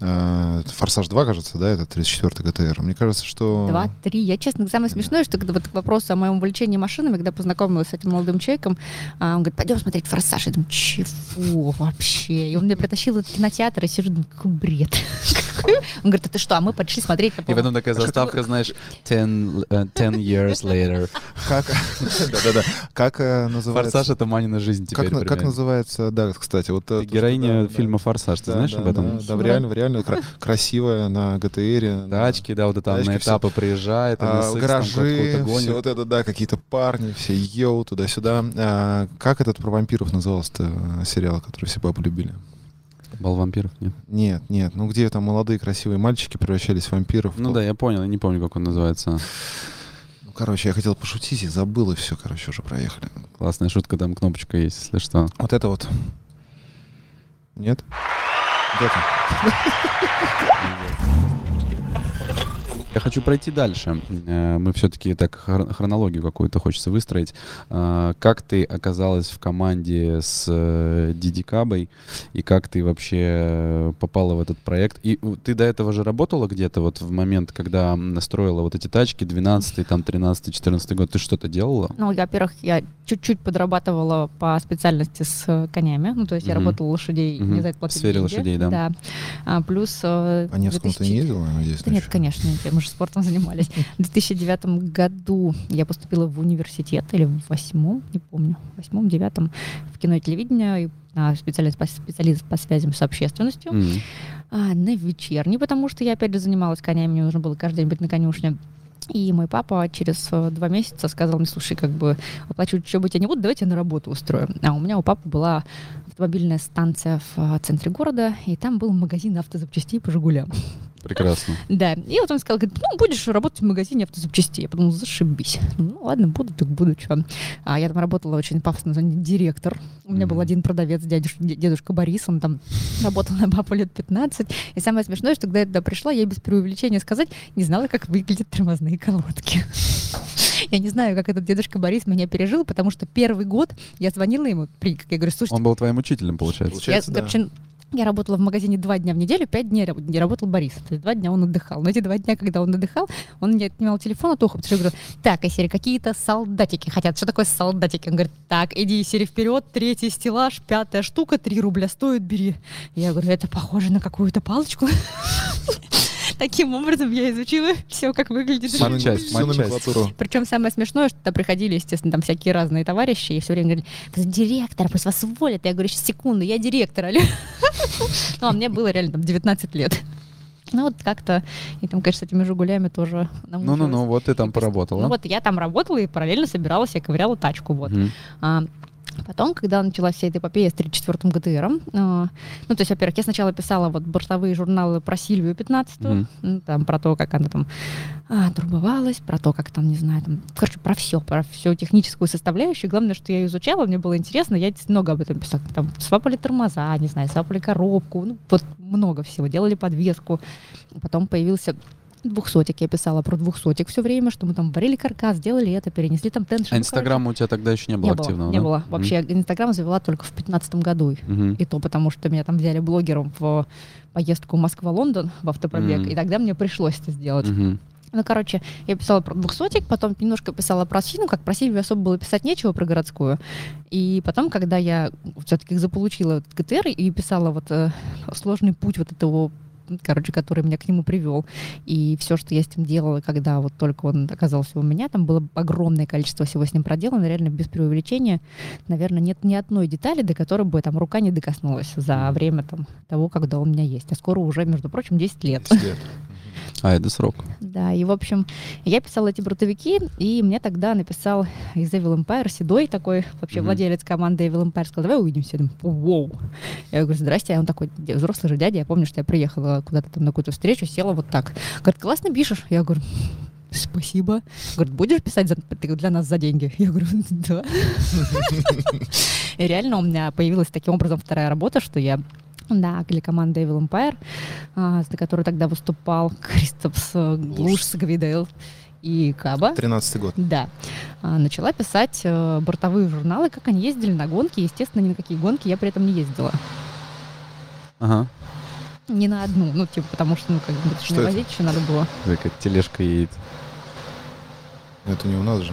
э, Форсаж 2, кажется, да, это 34-й ГТР. Мне кажется, что... Два, три. Я, честно, самое смешное, что когда вот к вопросу о моем увлечении машинами, когда познакомилась с этим молодым человеком, а, он говорит, пойдем смотреть «Форсаж». Я думаю, чего вообще? И он меня притащил в кинотеатр, и сижу, думаю, какой бред. Он говорит, а ты что? А мы пошли смотреть. И потом такая заставка, знаешь, 10 э, 10 years later. Как... Да-да-да. Как э, называется... Форсаж — это Манина жизнь теперь. Как, на- как примерно. называется, да, кстати, вот... э, Ты то, что, героиня да, да. фильма «Форсаж», ты Да, знаешь да, об этом? Да, да, в реально, в реально кра- красивая на ГТР. Тачки, да, вот это она Тачки на всё. этапы приезжает, А, NSX там гаражи, какую-то гонит. все вот это, да, какие-то парни, все йоу, туда-сюда. А, как этот про вампиров назывался-то э, сериал, который все бабы любили? Бал вампиров, нет? Нет, нет, ну где там молодые красивые мальчики превращались в вампиров? Ну да, я понял, я не помню, как он называется. Ну, короче, я хотел пошутить и забыл, и все, короче, уже проехали. Классная шутка, там кнопочка есть, если что. Вот это вот. Нет? Где ты? Я хочу пройти дальше. Э, Мы все-таки так хр- хронологию какую-то хочется выстроить. А, Как ты оказалась в команде с э, Диди Кабой и как ты вообще э, попала в этот проект? И у- ты до этого же работала где-то вот в момент, когда м, строила вот эти тачки 12 там 13 14 год? Ты что-то делала? Ну, во-первых, я чуть-чуть подрабатывала по специальности с э, конями. Ну, то есть я Мгм. работала лошадей, Мгм. не за это платили В сфере деньги. лошадей, да. А, плюс... э, По Невскому ты 2000 не ездила, я надеюсь? Да нет, ночью? конечно, нет, мы же спортом занимались. В 2009 году я поступила в университет, или в восьмом, не помню, в восьмом, девятом, в кино и телевидение, и на специалист по, специалист по связям с общественностью, М. а, на вечерней, потому что я, опять же, занималась конями, мне нужно было каждый день быть на конюшне. И мой папа через э, два месяца сказал мне, слушай, как бы оплачивать учебу я не буду, давайте я на работу устрою. А у меня у папы была автомобильная станция в э, центре города, и там был магазин автозапчастей по «Жигулям». Прекрасно. Да, и вот он сказал, говорит, ну, будешь работать в магазине автозапчастей. Я подумала, зашибись. Ну, ладно, буду, так буду, что. А я там работала очень пафосно, звание директор. У меня был Мгм. один продавец, дядюш- де- дедушка Борис, он там работал на папу лет 15. И самое смешное, что когда я туда пришла, я без преувеличения сказать, не знала, как выглядят тормозные колодки. Я не знаю, как этот дедушка Борис меня пережил, потому что первый год я звонила ему, при- я говорю, слушайте, Он был твоим учителем, получается. Получается, я, да. вообще, я работала в магазине два дня в неделю, пять дней раб- не работал Борис. То есть два дня он отдыхал. Но эти два дня, когда он отдыхал, он не отнимал телефон от уха, потому что я говорю, так, Исери, какие-то солдатики хотят. Что такое солдатики? Он говорит, так, иди, Исери, вперед, третий стеллаж, пятая штука, три рубля стоит, бери. Я говорю, это похоже на какую-то палочку. Таким образом я изучила все, как выглядит Сам- Всю Матчасть, матчасть. номенклатуру. причем самое смешное, что туда приходили, естественно, там всякие разные товарищи, и все время говорили, «Вы директор, пусть вас уволят. Я говорю, сейчас секунду, я директор. алло». Ну, а мне было реально там 19 лет. Ну, вот как-то, и там, конечно, с этими «Жигулями» тоже Ну-ну-ну, намучилась. вот ты И там пос- Ну, поработала. вот я там работала и параллельно собиралась, я ковыряла тачку, вот. Мгм. А потом, когда началась вся эта эпопея с 34-м ГТРом, а, ну, то есть, во-первых, я сначала писала вот бортовые журналы про Сильвию 15 Мгм. ну, там про то, как она там а, турбовалась, про то, как там, не знаю, там, короче, про все, про всю техническую составляющую. Главное, что я ее изучала, мне было интересно, я действительно много об этом писала. Там свапали тормоза, не знаю, свапали коробку, ну, вот много всего, делали подвеску. Потом появился Двухсотик я писала про двухсотик все время, что мы там варили каркас, делали это, перенесли там теншн. А Инстаграма у тебя тогда еще не было ну, не было, активного, не да? было. Мгм. Вообще, я Инстаграм завела только в 2015 году. Мгм. И то потому, что меня там взяли блогером в поездку Москва-Лондон в автопробег, Мгм. и тогда мне пришлось это сделать. Мгм. Ну, короче, я писала про двухсотик, потом немножко писала про Си- ну, как про Сильвию особо было писать нечего про городскую. И потом, когда я все-таки заполучила этот ГТР и писала вот э, сложный путь вот этого короче, который меня к нему привел. И все, что я с ним делала, когда вот только он оказался у меня, там было огромное количество всего с ним проделано, реально без преувеличения. Наверное, нет ни одной детали, до которой бы там рука не докоснулась за Мгм. время там, того, когда он у меня есть. А скоро уже, между прочим, 10 лет. А, это срок. Да, и, в общем, я писала эти брутовики, и мне тогда написал из Evil Empire Седой такой, вообще Мгм. владелец команды Evil Empire, сказал, давай увидимся. Я думаю, «Воу». Я говорю, здрасте, а он такой, «Дя- взрослый же дядя, я помню, что я приехала куда-то там на какую-то встречу, села вот так. Говорит, классно пишешь. Я говорю, спасибо. Говорит, будешь писать за- ты для нас за деньги? Я говорю, да. И реально у меня появилась таким образом вторая работа, что я да, телекоманда Evil Empire, а, за которую тогда выступал Кристопс э, Глушс, Гвидейл и Каба. 13-й год. Да. А, Начала писать э, бортовые журналы, как они ездили на гонки. Естественно, ни на какие гонки я при этом не ездила. Ага. Ни на одну. Ну, типа, потому что, ну, как бы, Что не это? возить еще надо было. Такая тележка едет. Это не у нас же.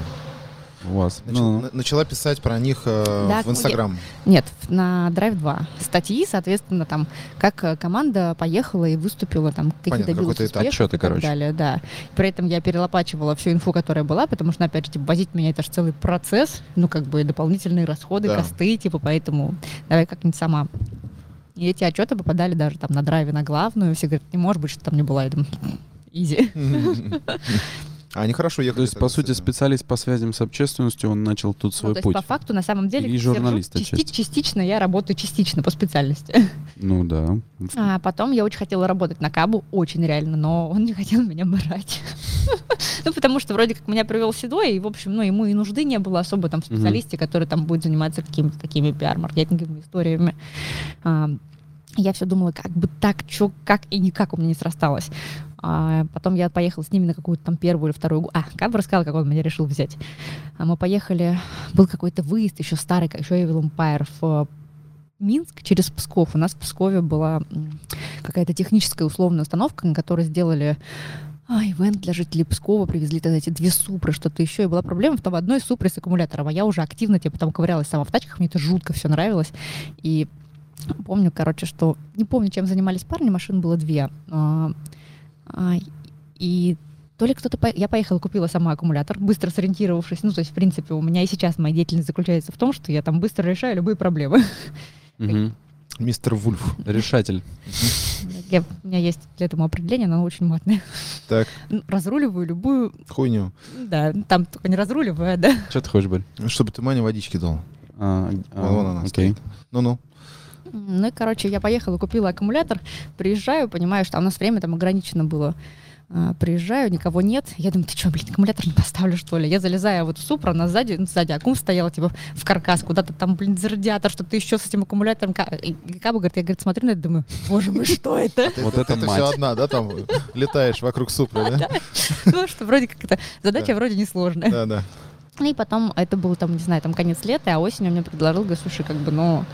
У вас. Начала, Ну, на- начала писать про них э, Да, в Инстаграм. Нет, в- на Drive 2. Статьи, соответственно, там, как э, команда поехала и выступила, там, какие Понятно, добилась какой-то этап. успехов Отчеты, и так короче. далее, да. При этом я перелопачивала всю инфу, которая была, потому что, опять же, типа, возить меня это же целый процесс, ну, как бы, дополнительные расходы, Да. косты, типа, поэтому давай как-нибудь сама. И эти отчеты попадали даже там на драйве на главную, все говорят, не может быть, что там не была, я думаю, изи. А они хорошо ехали. то есть, по тогда, сути, кстати. специалист по связям с общественностью, он начал тут Ну, свой то есть, путь. по факту, на самом деле, И сижу, журналист части- отчасти. частично я работаю частично по специальности. Ну да. А потом я очень хотела работать на Кабу, очень реально, но он не хотел меня брать. Ну, потому что вроде как меня привел Седой, и, в общем, ну, ему и нужды не было особо там в Мгм. специалисте, который там будет заниматься какими-то такими пиар-маркетинговыми историями. А, Я все думала, как бы так, чё, как и никак у меня не срасталось. А потом я поехала с ними на какую-то там первую или вторую... гу- А, Каба рассказал, как он меня решил взять. А мы поехали, был какой-то выезд еще старый, как еще Evil Empire, в э, Минск через Псков. У нас в Пскове была м, какая-то техническая условная установка, на которой сделали а, ивент для жителей Пскова, привезли тогда эти две супры, что-то еще. И была проблема в том, в одной супре с аккумулятором, а я уже активно, типа, там ковырялась сама в тачках, мне это жутко все нравилось. И помню, короче, что... Не помню, чем занимались парни, машин было две. А, а, и то ли кто-то... по- Я поехала, купила сама аккумулятор, быстро сориентировавшись. Ну, то есть, в принципе, у меня и сейчас моя деятельность заключается в том, что я там быстро решаю любые проблемы. Мгм. Мистер Вульф. Решатель. Я- у меня есть для этого определение, но оно очень матное. Так. Ну, Разруливаю любую, Хуйню. да, там только не разруливаю, а, да. Что ты хочешь, Борь? Чтобы ты Мане водички дал. А, а, Вон, вон она окей. стоит. Ну-ну. Ну и, короче, я поехала, купила аккумулятор, приезжаю, понимаю, что а у нас время там ограничено было. А, Приезжаю, никого нет. Я думаю, ты что, блин, аккумулятор не поставлю, что ли? Я залезаю вот в Супра, она сзади, ну, сзади аккум стояла, типа, в каркас, куда-то там, блин, за радиатор, что-то еще с этим аккумулятором. Ка- и Каба говорит, я, говорит, смотрю на это, думаю, боже мой, что это? Вот это ты мать. все одна, да, там летаешь вокруг супра, да? Ну, что вроде как это задача Да. вроде несложная. Да, да. Ну И потом это был там, не знаю, там конец лета, а осенью мне предложил, говорит, слушай, как бы, ну,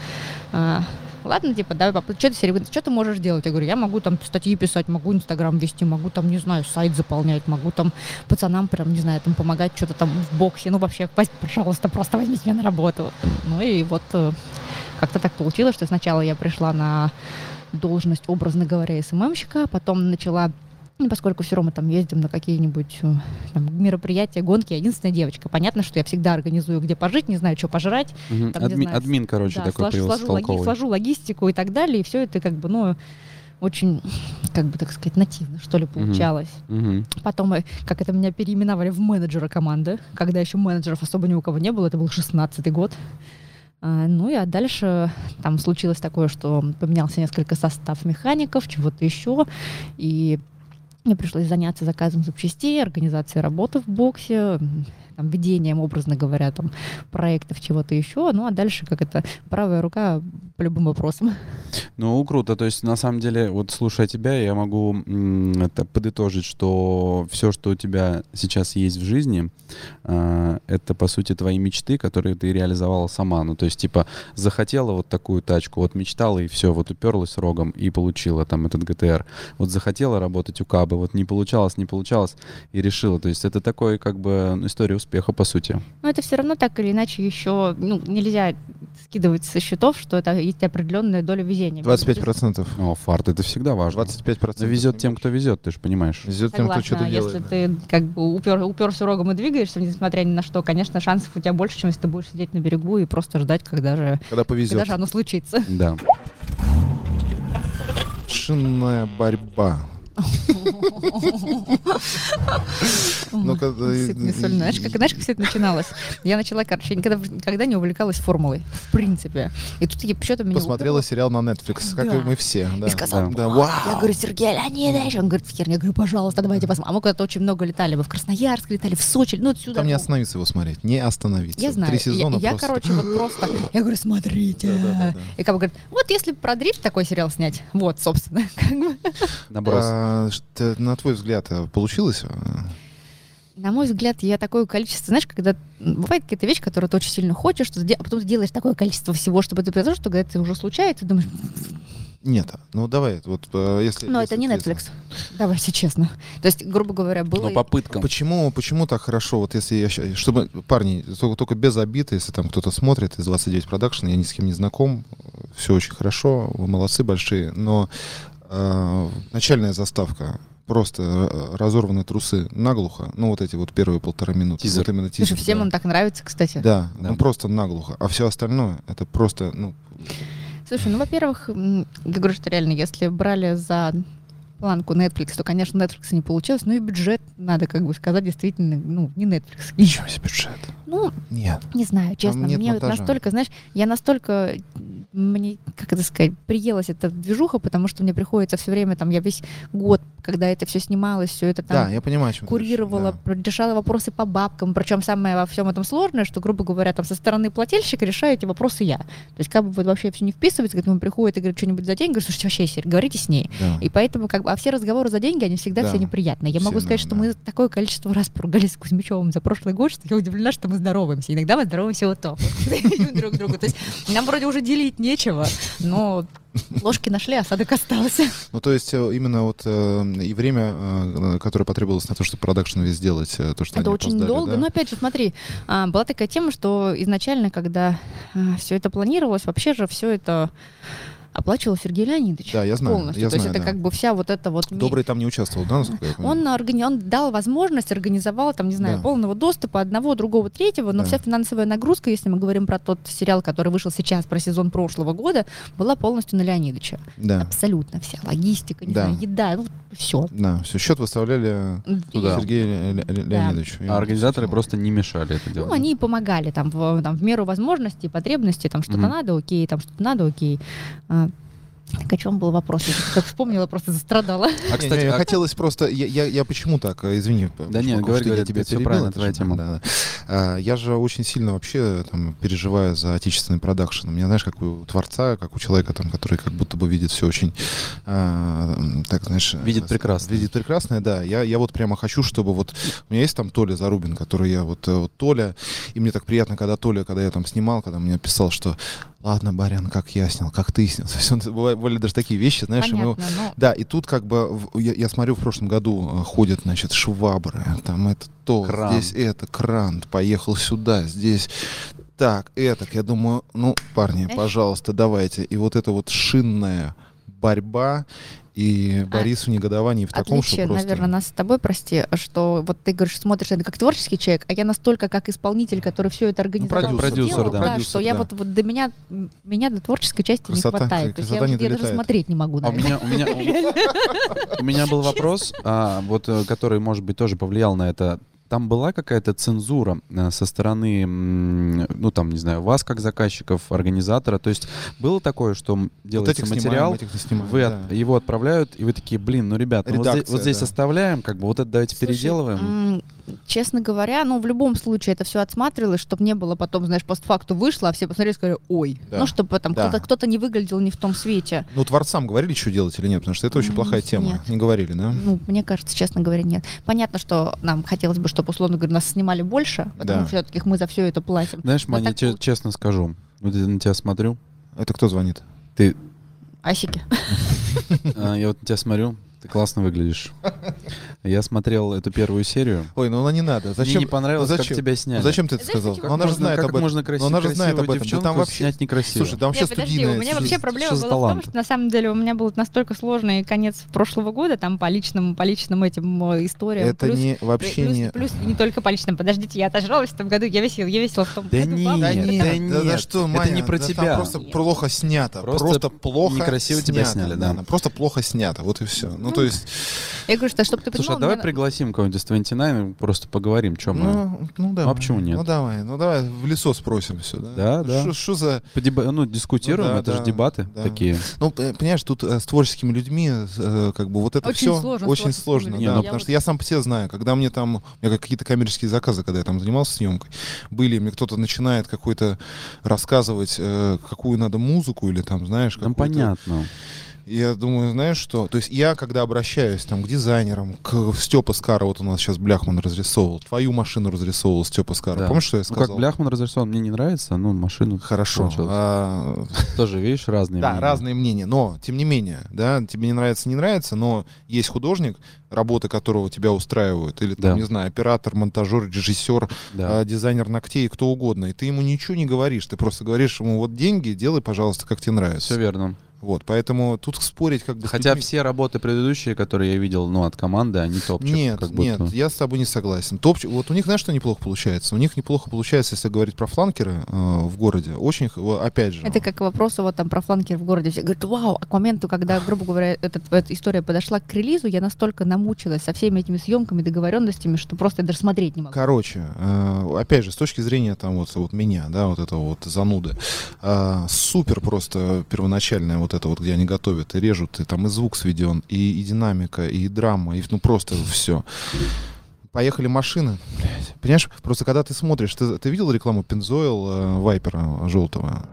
а, ладно, типа, давай попробуем. Что ты, Серега, что ты можешь делать? Я говорю, я могу там статьи писать, могу Инстаграм вести, могу там, не знаю, сайт заполнять, могу там пацанам прям, не знаю, там помогать что-то там в боксе. Ну, вообще, пасть, пожалуйста, просто возьмите меня на работу. Ну и вот э, как-то так получилось, что сначала я пришла на должность, образно говоря, СММщика, потом начала ну, поскольку все равно мы там ездим на какие-нибудь э, там, мероприятия, гонки, я единственная девочка. Понятно, что я всегда организую, где пожить, не знаю, что пожрать. Мгм. Там, не Адми- знаю, Админ, короче, Да, такой слож- сложу, логи- толковый. сложу логистику и так далее, и все это как бы, ну, очень, как бы так сказать, нативно, что ли, получалось. Мгм. Потом, э, как это меня переименовали в менеджера команды, когда еще менеджеров особо ни у кого не было, это был 16-й год. А, Ну и а дальше там случилось такое, что поменялся несколько состав механиков, чего-то еще, и мне пришлось заняться заказом запчастей, организацией работы в боксе, м, там, ведением, образно говоря, там, проектов, чего-то еще. Ну а дальше как это правая рука по любым вопросам. Ну, круто. То есть, на самом деле, вот слушая тебя, я могу м, это подытожить, что все, что у тебя сейчас есть в жизни, а, это, по сути, твои мечты, которые ты реализовала сама. Ну, то есть, типа, захотела вот такую тачку, вот мечтала, и все, вот уперлась рогом и получила там этот ГТР. Вот захотела работать у Кабы, вот не получалось, не получалось, и решила. То есть, это такой, как бы, ну, история успеха, по сути. Но это все равно так или иначе еще ну, нельзя скидывать со счетов, что это есть определенная доля везения. 25%. О, фарт, это всегда важно. 25%. Но везет тем, кто везет, ты же понимаешь. Везет тем, кто Согласна, что-то если делает. ты как бы упер, уперся рогом и двигаешься, несмотря ни на что, конечно, шансов у тебя больше, чем если ты будешь сидеть на берегу и просто ждать, когда же, Когда когда повезет. же оно случится. Да. Шинная борьба. Ну, когда- Сыпь мне соль. Знаешь, как, знаешь, как все это начиналось? Я начала, короче, я никогда, в- никогда не увлекалась формулой, в принципе. И тут я почему-то меня Посмотрела сериал на Netflix, как Да. и мы все. Да. И сказала, Да, вау. Я говорю, Сергей Леонидович, он говорит, херня, я говорю, пожалуйста, давайте посмотрим. А мы когда-то очень много летали, мы в Красноярск летали, в Сочи, ну, отсюда. Там не остановиться его смотреть, не остановиться. Я знаю. Три Я- сезона я, просто. короче, вот просто... Я говорю, смотрите. Да-да-да-да. И как бы говорит, вот если бы про дрифт такой сериал снять, вот, собственно, как бы. Наброс. А, что, на твой взгляд, э, получилось? э, На мой взгляд, я такое количество... Знаешь, когда м, бывает какая-то вещь, которую ты очень сильно хочешь, что ты де- а потом ты делаешь такое количество всего, чтобы это произошло, что когда это уже случается, ты думаешь, Нет, ну давай, вот э, если... ну, если это не честно. Netflix. Давайте честно. То есть, грубо говоря, было... Ну, Но попыткам. Почему, почему так хорошо, вот если я щас- чтобы, парни, только, только без обид, если там кто-то смотрит из 29 продакшн, я ни с кем не знаком, все очень хорошо, вы молодцы большие, но э, начальная заставка, просто э, разорваны трусы наглухо, ну вот эти вот первые полтора минуты. Тизер. Вот именно тизер, Слушай, всем да. он так нравится, кстати. Да, Да. ну просто наглухо, а все остальное, это просто, ну, Слушай, ну, во-первых, м, я говорю, что реально, если брали за планку Netflix, то, конечно, Netflix не получилось, ну и бюджет, надо как бы сказать, действительно, ну, не Netflix. И- ничего себе бюджет. Ну, Нет. не знаю, честно, нет мне вот монтажа. настолько, знаешь, я настолько, м, мне, как это сказать, приелась эта движуха, потому что мне приходится все время, там, я весь год, когда это все снималось, все это там Да, я понимаю, о чем ты говоришь, А. курировала, да. про- решала вопросы по бабкам. Причем самое во всем этом сложное, что, грубо говоря, там со стороны плательщика решаю эти вопросы я. То есть как бы вот вообще все не вписывается, к этому приходит и говорит что-нибудь за деньги, говорит, слушайте, вообще, Серь, говорите с ней. Да. И поэтому, как бы, а все разговоры за деньги, они всегда Да. все неприятные. Я Все, могу сказать, да, да. что мы такое количество раз поругались с Кузьмичевым за прошлый год, что я удивлена, что мы здороваемся. Иногда мы здороваемся вот так вот, друг к другу. То есть нам вроде уже делить нечего, но ложки нашли, осадок остался. Ну, то есть э, именно вот э, и время, э, которое потребовалось на то, чтобы продакшн весь сделать, э, то, что Это они очень опоздали, долго. да? Но опять же, смотри, а, была такая тема, что изначально, когда все это планировалось, вообще же все это оплачивал Сергей Леонидович. Да, я знаю, Полностью. я То есть знаю, это да. как бы вся вот эта вот... ми- Добрый там не участвовал, да, насколько я понимаю? Он, органи- он дал возможность, организовал, там, не знаю, Да. полного доступа одного, другого, третьего, но Да. вся финансовая нагрузка, если мы говорим про тот сериал, который вышел сейчас, про сезон прошлого года, была полностью на Леонидовича. Да, Абсолютно вся логистика, не Да. знаю, еда, ну, все. да, все, счет выставляли Туда. Да. Сергею Ле- Ле- Ле- Леонидовичу. И А он организаторы всё. просто не мешали это делать. Ну, они и помогали там в, там, в меру возможностей, потребностей, там что-то Мгм. надо, окей, там что-то надо, окей. А, так о чем был вопрос? Я как вспомнила, просто застрадала. А, Не, кстати, не, а- хотелось просто... Я, я, я почему так? э, Извини. п- Да не, Башмаков, говори, что я говори, тебя ты- всё перебил, правильно, это твоя же- тема. да, да. А, Я же очень сильно вообще там, переживаю за отечественный продакшн. У меня, знаешь, как у творца, как у человека, там, который как будто бы видит все очень... а, м, так, знаешь... Видит э, прекрасное. Видит прекрасное, да. Я, я вот прямо хочу, чтобы вот... У меня есть там Толя Зарубин, который я вот... э, вот Толя, и мне так приятно, когда Толя, когда я там снимал, когда мне писал, что ладно, барин, как я снял, как ты снял. То есть он- бывали, были даже такие вещи, знаешь, и мы- Понятно, но... да, и тут как бы, в- я, я смотрю, в прошлом году э, ходят, значит, швабры, там это то, Кран. здесь это, кран, поехал сюда, здесь так, это. Я думаю, ну, парни, Знаешь? пожалуйста, давайте. И вот эта вот шинная борьба, и Борису негодование в таком, А Отличие, что просто... наверное, нас с тобой, прости, что вот ты говоришь, смотришь это как творческий человек, а я настолько как исполнитель, который все это организовал, Ну, продюсер, всё продюсер, делал, да. Продюсер, что я да. вот, вот до меня, м, меня до творческой части Красота, не хватает. То есть я, красота не вот- я даже долетает. смотреть не могу. А у наверное. меня, у меня, у- у меня был вопрос, а, вот, э, который, может быть, тоже повлиял на это. Там была какая-то цензура э, со стороны, м, ну там, не знаю, вас как заказчиков, организатора. То есть было такое, что м, Вот делается этих снимаем, материал, этих не снимаем, вы да. Ну, от- его отправляют, и вы такие, блин, ну ребят, ну, вот, здесь, Редакция, вот здесь да. оставляем, как бы вот это давайте Слушай, переделываем. м, Честно говоря, ну, в любом случае это все отсматривалось, чтобы не было потом, знаешь, постфакту вышло, а все посмотрели и сказали, ой. Да. Ну, чтобы там Да. кто-то, кто-то не выглядел не в том свете. Ну, творцам говорили, что делать или нет, потому что это очень М, плохая тема. нет. Не говорили, да? Ну, мне кажется, честно говоря, нет. Понятно, что нам хотелось бы, чтобы, условно говоря, нас снимали больше, потому Да. что все-таки мы за все это платим. Знаешь, но Маня, так те- получ- честно скажу, вот я на тебя смотрю, Это кто звонит? Асики. а, я вот на тебя смотрю, ты классно выглядишь. Я смотрел эту первую серию. Ой, ну, ну не надо. Зачем? Мне не понравилось, ну, как зачем? тебя Ну, сняли. зачем ты это Знаешь, сказал? почему? Ну, она же Можно- знает как об этом. можно красив- Ну, она же знает красивую об этом. Да девчонку там вообще... снять некрасиво. Слушай, да вообще Нет, подожди, студийная... у меня ситуация. вообще что проблема за была в том, талант? что на самом деле у меня был настолько сложный конец прошлого года, там по личным, по личным этим э, историям. Это плюс- не вообще плюс, не... плюс не только по личным. Подождите, я отожралась в том году, я весела, я весела в том Да году. нет, бабушка, да там- нет, нет. что, Это не про там тебя. просто Нет. плохо снято. Просто Просто, плохо некрасиво тебя снято, сняли, да. Просто плохо снято, вот и все. Ну, то есть... Я говорю, что, чтобы ты Слушай, понимал, а давай мне- пригласим кого-нибудь из 29 и просто поговорим, чем мы. Ну, ну да. а почему нет? Ну давай, ну давай в лесо спросим все. Да, да. Что за... Подеба- Ну, дискутируем, Ну да, это же да, дебаты да. такие. Ну, п- понимаешь, тут э, с творческими людьми, э, как бы вот это Очень все сложно с очень творческими сложно, людьми. да, Я потому вот- что я сам по себе знаю, когда мне там, у меня какие-то коммерческие заказы, когда я там занимался съемкой, были, мне кто-то начинает какой-то рассказывать, э, какую надо музыку или там, знаешь, Ну, какую-то- понятно. Я думаю, знаешь что? То есть я, когда обращаюсь там к дизайнерам, к Степа Скара, вот у нас сейчас Бляхман разрисовывал, твою машину разрисовывал Степа Скара. Да. Помнишь, что я Ну, сказал? как Бляхман разрисован, мне не нравится, ну, машину Хорошо. получилось. А, Тоже, видишь, разные. Да, мнения. разные мнения, но тем не менее, да, тебе не нравится, не нравится, но есть художник, работа которого тебя устраивает, или, там, Да. не знаю, оператор, монтажер, режиссер, Да. а, дизайнер ногтей, кто угодно, и ты ему ничего не говоришь, ты просто говоришь ему, вот деньги, делай, пожалуйста, как тебе нравится. Все верно. Вот, поэтому тут спорить как бы... с Хотя людьми- все работы предыдущие, которые я видел, ну, от команды, они топчик. Нет, как нет, будто. я с тобой не согласен. Топч- Вот у них, знаешь, что неплохо получается? У них неплохо получается, если говорить про фланкеры э, в городе. Очень, х- вот опять же, Это как вопрос вот там про фланкер в городе. Все говорят, вау, а к моменту, когда, грубо говоря, этот- эта история подошла к релизу, я настолько намучилась со всеми этими съемками, договоренностями, что просто я даже смотреть не могу. Короче, э, опять же, с точки зрения там вот, вот меня, да, вот этого вот зануды, э, супер просто первоначальное вот это вот, где они готовят и режут, и там и звук сведен, и, и динамика, и драма, и ну просто все. Поехали машины. Блядь. Понимаешь, просто когда ты смотришь, ты, ты видел рекламу Пензойл э, Вайпера желтого?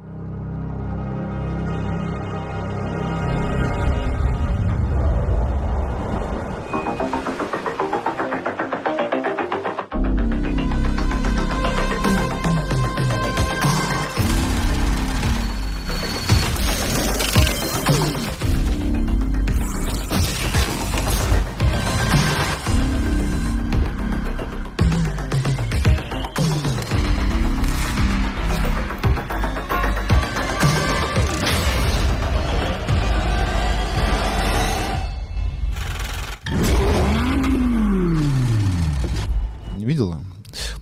Не видела?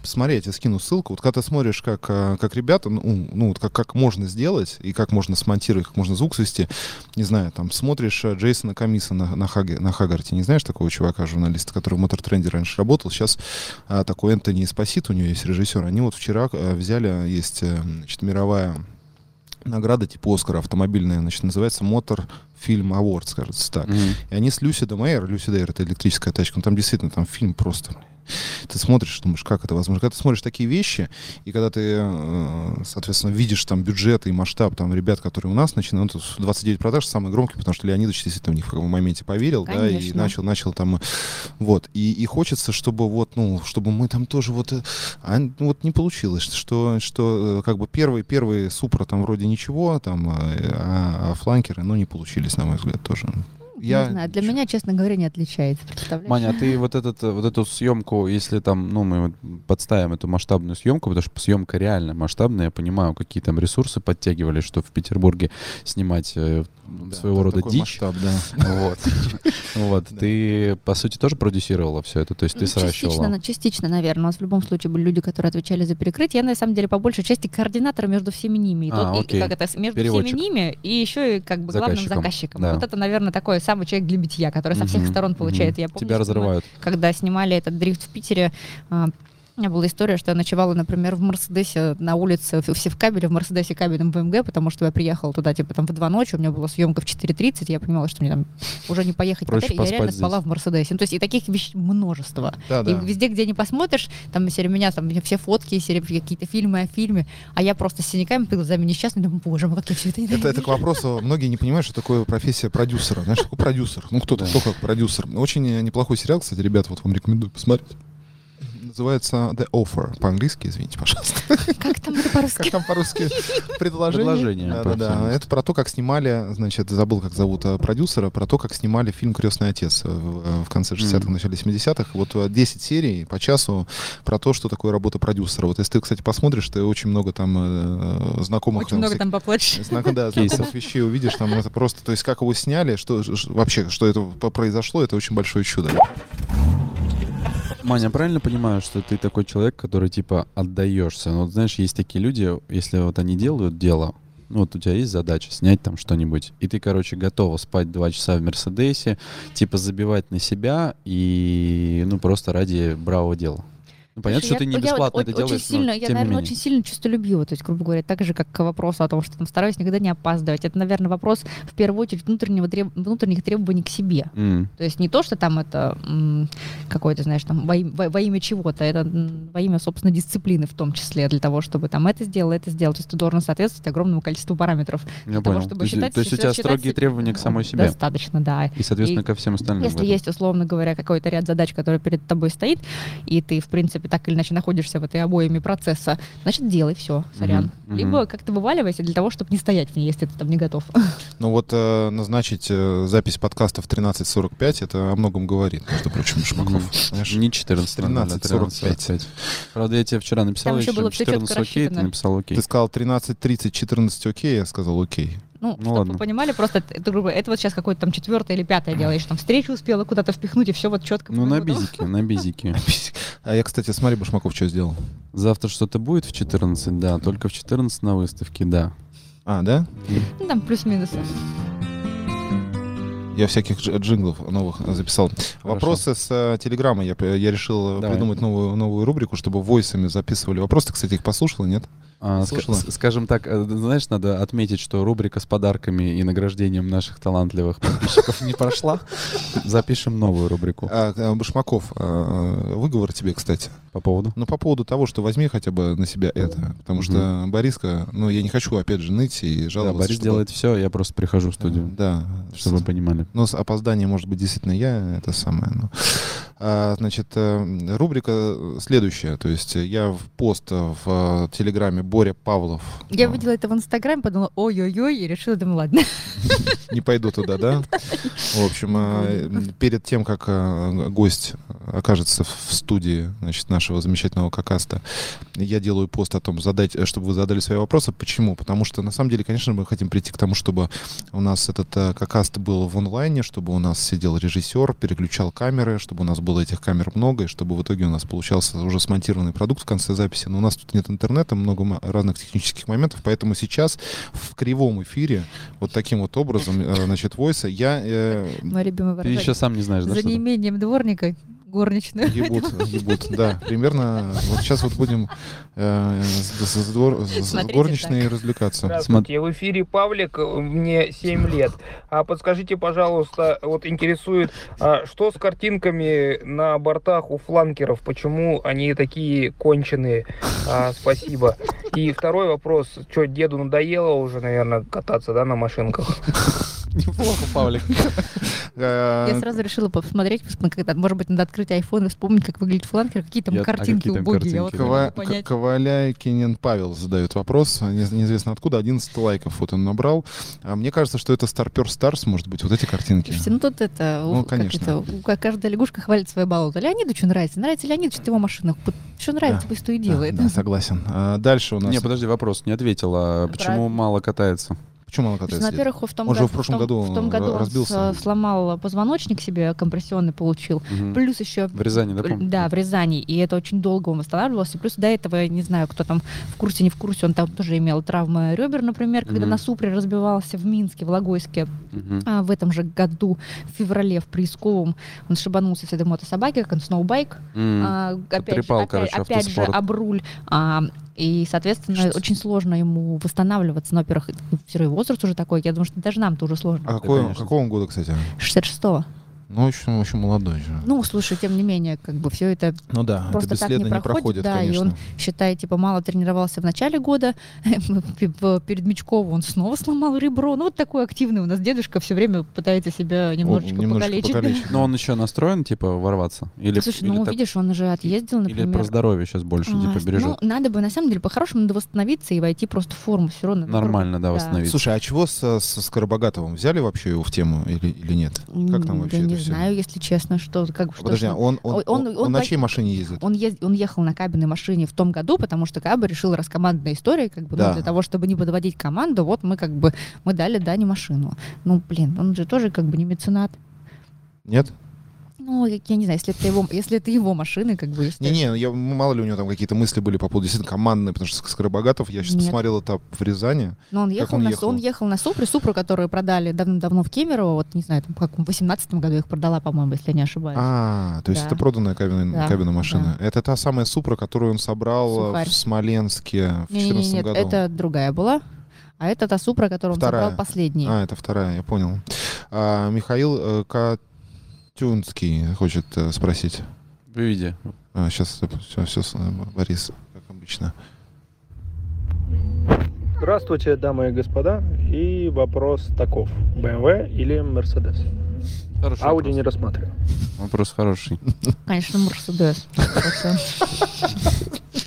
Посмотри, я тебе скину ссылку. Вот когда ты смотришь, как, э, как ребята, ну, ну, вот как, как можно сделать и как можно смонтировать, как можно звук свести, не знаю, там смотришь э, Джейсона Камиса на, на, Хаге- на Хагарте, не знаешь такого чувака, журналиста, который в Мотортренде раньше работал, сейчас а, такой Энтони Спасит, у него есть режиссер. Они вот вчера э, взяли, есть э, значит, мировая награда типа Оскара автомобильная, значит, называется Мотор Фильм Awards, кажется, так. Мгм. И они с Люси Эйр, Люси Эйр это электрическая тачка, ну там действительно там фильм просто. Ты смотришь, думаешь, как это возможно. Когда ты смотришь такие вещи, и когда ты, э, соответственно, видишь там бюджет и масштаб там ребят, которые у нас начинают, ну, тут 29 продаж самый громкий, потому что Леонидович действительно в них в каком моменте поверил, да, и Конечно. начал, начал там, э, вот. И, и хочется, чтобы вот, ну, чтобы мы там тоже вот, э, а, ну, вот не получилось, что, что э, как бы первые, первые супра там вроде ничего, там, э, а, а фланкеры, ну, не получились, на мой взгляд, тоже. не знаю, для чё- меня, честно говоря, не отличается. Представляешь? Маня, а ты вот, этот, э, вот эту съемку, если там, ну, мы вот подставим эту масштабную съемку, потому что съемка реально масштабная, я понимаю, какие там ресурсы подтягивали, что в Петербурге снимать э, Да, своего да, рода такой дичь. масштаб, да. Вот. ну Вот. Да. Ты, по сути, тоже продюсировала все это, то есть ты Ну, сращивала. Частично, на- частично, наверное. У нас в любом случае были люди, которые отвечали за перекрытие. Я, на самом деле, по большей части координатор между всеми ними. И А, тот- и- и окей. как это, с- между Переводчик. всеми ними и еще и как бы главным Заказчиком, заказчиком. да. Вот это, наверное, такой самый человек для битья, который со всех Мгм, сторон мгм. получает. Я помню, Тебя что мы- разрывают. когда снимали этот дрифт в Питере, а, у меня была история, что я ночевала, например, в Мерседесе на улице, в- все в кабеле, в Мерседесе кабельном БМГ, потому что я приехала туда, типа, там в 2 ночи, у меня была съемка в 4.30, я понимала, что мне там уже не поехать в Проще отель, я реально поспать спала в Мерседесе. Ну, то есть и таких вещей множество. Да, да. И везде, где не посмотришь, там все время меня, там все фотки, все время какие-то фильмы о фильме, а я просто с синяками под глазами несчастная, думаю, боже мой, как я все это Это, это ненавижу». к вопросу, многие не понимают, что такое профессия продюсера. Знаешь, такой продюсер. Ну, кто-то, Да. кто как продюсер. Очень э, неплохой сериал, кстати, ребята, вот вам рекомендую посмотреть. Называется The Offer. По-английски, извините, пожалуйста. Как там это Как по-русски? там по-русски? Предложение. Предложение, Да, да, да. по-английски. Это про то, как снимали, значит, забыл, как зовут э, продюсера, про то, как снимали фильм «Крестный отец» э, в, э, в конце 60-х, Мгм. начале 70-х. Вот э, 10 серий по часу про то, что такое работа продюсера. Вот если ты, кстати, посмотришь, ты очень много там э, знакомых Очень много всяких- там поплачешь. Знак, да, Кейсов. знакомых вещей увидишь, там это просто, то есть как его сняли, что ж- вообще, что это по- произошло, это очень большое чудо. Маня, правильно понимаю, что ты такой человек, который типа отдаешься? Ну, вот знаешь, есть такие люди, если вот они делают дело, Ну, вот у тебя есть задача снять там что-нибудь, и ты, короче, готова спать два часа в Мерседесе, типа забивать на себя и, ну, просто ради бравого дела. Ну, понятно, что Слушай, ты я- не я бесплатно вот это о- делаешь, Очень сильно, но я, тем не наверное, менее. очень сильно чувстволюбива, то есть, грубо говоря, так же, как к вопросу о том, что там стараюсь никогда не опаздывать. Это, наверное, вопрос в первую очередь внутреннего треб- внутренних требований к себе. М. То есть не то, что там это м, какое-то, знаешь, там во, им- во- во имя чего-то, это м, во имя, собственно, дисциплины в том числе, для того, чтобы там это сделал, это сделал. То есть ты должен соответствовать огромному количеству параметров. Я для того, понял. чтобы то, есть, считать то есть у себя- тебя считать строгие себя- требования к самой себе. Достаточно, да. И, соответственно, И ко всем остальным. в Если этом. есть, условно говоря, какой-то ряд задач, который перед тобой стоит, и ты, в принципе, так или иначе находишься в этой обоими процесса, значит, делай все, сорян. Мгм, мгм. Либо как-то вываливайся для того, чтобы не стоять в ней, если ты там не готов. Ну вот э, назначить э, запись подкаста в 13.45, это о многом говорит, между прочим, Шмаков. Мгм. Знаешь? Не а 14, 13, 45. Правда, я тебе вчера написал, Там еще еще было всё 14 четко окей, ты рассчитано. написал окей. Ты сказал 13.30, 14 окей, я сказал окей. Ну, Ну, чтобы ладно. вы понимали, просто это, это, грубо, это вот сейчас какое-то там четвертое или пятое дело, еще там встречу успела куда-то впихнуть, и все вот четко. Ну, на бизике, на бизике. А я, кстати, смотри, Башмаков что сделал. Завтра что-то будет в 14, да, только в 14 на выставке, да. А, да? Ну, там плюс-минус. Я всяких дж- джинглов новых записал. Вопросы с э, Телеграма. Я, п- я решил э, Давай. придумать новую, новую рубрику, чтобы войсами записывали вопросы. Ты, Кстати, их послушала, нет? А, ска- Слушала. с- скажем так, э, знаешь, надо отметить, что рубрика с подарками и награждением наших талантливых подписчиков не прошла. Запишем новую рубрику А, э, Башмаков, э, выговор тебе, кстати. по поводу. Ну, по поводу того, что возьми хотя бы на себя это. Потому что Бориска, ну, я не хочу, опять же, ныть и Да, жаловаться. Борис чтобы- делает все, я просто прихожу в студию, Да. чтобы вы понимали. Но Ну, с опозданием, может быть, действительно я, это самое. но. А, значит, э, рубрика следующая. То есть э, я в пост э, в э, Телеграме Боря Павлов. Я э, видела это в Инстаграме, подумала, ой-ой-ой, и решила, думаю, ладно. Не пойду туда, да? В общем, э, перед тем, как э, гость окажется в студии значит, нашего замечательного какаста, я делаю пост о том, задать, э, чтобы вы задали свои вопросы. Почему? Потому что, на самом деле, конечно, мы хотим прийти к тому, чтобы у нас этот э, какаст был в онлайне, чтобы у нас сидел режиссер, переключал камеры, чтобы у нас было этих камер много, и чтобы в итоге у нас получался уже смонтированный продукт в конце записи. Но у нас тут нет интернета, много м- разных технических моментов, поэтому сейчас в кривом эфире вот таким вот образом, э, значит, войса, я э, Мой любимый Ты выражение. еще сам не знаешь, да, За что там? неимением дворника горничную. ебут, ебут, да, примерно, вот сейчас вот будем э, с, с- с двор- с- с Смотрите горничной развлекаться. Здравствуйте, в эфире Павлик, э, мне 7 лет. А подскажите, пожалуйста, вот интересует, а что с картинками на бортах у фланкеров? Почему они такие конченые? А, спасибо. И второй вопрос, что деду надоело уже, наверное, кататься, да, на машинках? Неплохо, Павлик. Э, Я сразу решила посмотреть, посмотри, как там, может быть, надо открыть iPhone и вспомнить, как выглядит фланкер, какие там Я- а картинки какие там убогие. Я вот картинки, Кова- не могу понять. К- Коваляйкинин Павел задает вопрос, не- неизвестно откуда, 11 лайков вот он набрал. А мне кажется, что это Старпер Старс, может быть, вот эти картинки. Слушайте, ну тут это, Ну, у- как конечно. это, у ка- каждая лягушка хвалит свое болото. Леониду что нравится? Нравится Леониду, что его машина? Вот Что нравится, Да, пусть то и Да, делает. да, согласен. А дальше у нас... Не, подожди, вопрос не ответила. а Почему Правильно. мало катается? Почему она Потому катается? что, во-первых, в том, Он же году- в прошлом том- году в том году он разбился. с- сломал позвоночник себе, компрессионный получил. Мгм. Плюс еще... В Рязани, да, по-моему? Да, в Рязани. И это очень долго он восстанавливался. Плюс до этого, я не знаю, кто там в курсе, не в курсе, он там тоже имел травмы ребер, например, когда Мгм. на Супре разбивался в Минске, в Логойске. Мгм. А в этом же году, в феврале, в Приисковом, он шибанулся с этой мотособаки, как он сноубайк, М. а, опять, же, потрепал, опять- короче, опять же автоспорт. об руль. А, и, соответственно, Что? очень сложно ему восстанавливаться. Ну, во-первых, все равно возраст уже такой. Я думаю, что даже нам-то уже сложно. А какой- конечно. какого он года, кстати? 66-го. Ну, очень, очень молодой же. Ну, слушай, тем не менее, как бы все это Ну да, просто так не проходит, да, и он, считай, типа, мало тренировался в начале года, В- перед Мечковым он снова сломал ребро, ну, вот такой активный у нас дедушка все время пытается себя немножечко, покалечить. Но он еще настроен, типа, ворваться? Или, Слушай, или ну, так- видишь, он уже отъездил, или например. про здоровье сейчас больше, А, типа, бережет? Ну, надо бы, на самом деле, по-хорошему, надо восстановиться и войти просто в форму все равно. Нормально, ну, да, да. восстановиться. Слушай, а чего со, со Скоробогатовым? Взяли вообще его в тему или, или нет? Как там М, вообще Я это не всё? знаю, если честно, что... как что Подожди, ж а он, он, Ой, он, он- он на пой- чьей машине ездит? Он, ез- он ехал на кабельной машине в том году, потому что Каба решил раз командная история, как бы, ну, Да. для того, чтобы не подводить команду, вот мы как бы, мы дали Дане машину. Ну, блин, он же тоже как бы не меценат. Нет? Ну, Ну, я, я не знаю, если это его, если это его машина, как бы... если- Не-не, я, мало ли у него там какие-то мысли были по поводу действительно командной, потому что Скоробогатов, я сейчас Нет. посмотрел этап в Рязани. Но он Как ехал, он на, ехал? он ехал на Супру, Супру, которую продали давным-давно в Кемерово, вот не знаю, там, как в 18 году я их продала, по-моему, если я не ошибаюсь. А, то есть Да. это проданная кабина, Да, кабина машина. Это та самая Супра, которую он собрал э, Сухарь. в Смоленске в не, не, не, 2014 нет, году. это другая была. А это та Супра, которую он Вторая. забрал последний. А, это вторая, я понял. А, Михаил э, Катюнский хочет э, спросить. А, э, Выведи. сейчас, все, Борис, как обычно. Здравствуйте, дамы и господа. И вопрос таков. BMW или Mercedes? Хороший Audi не вопрос. рассматриваю. Вопрос хороший. Конечно, Мерседес. Это-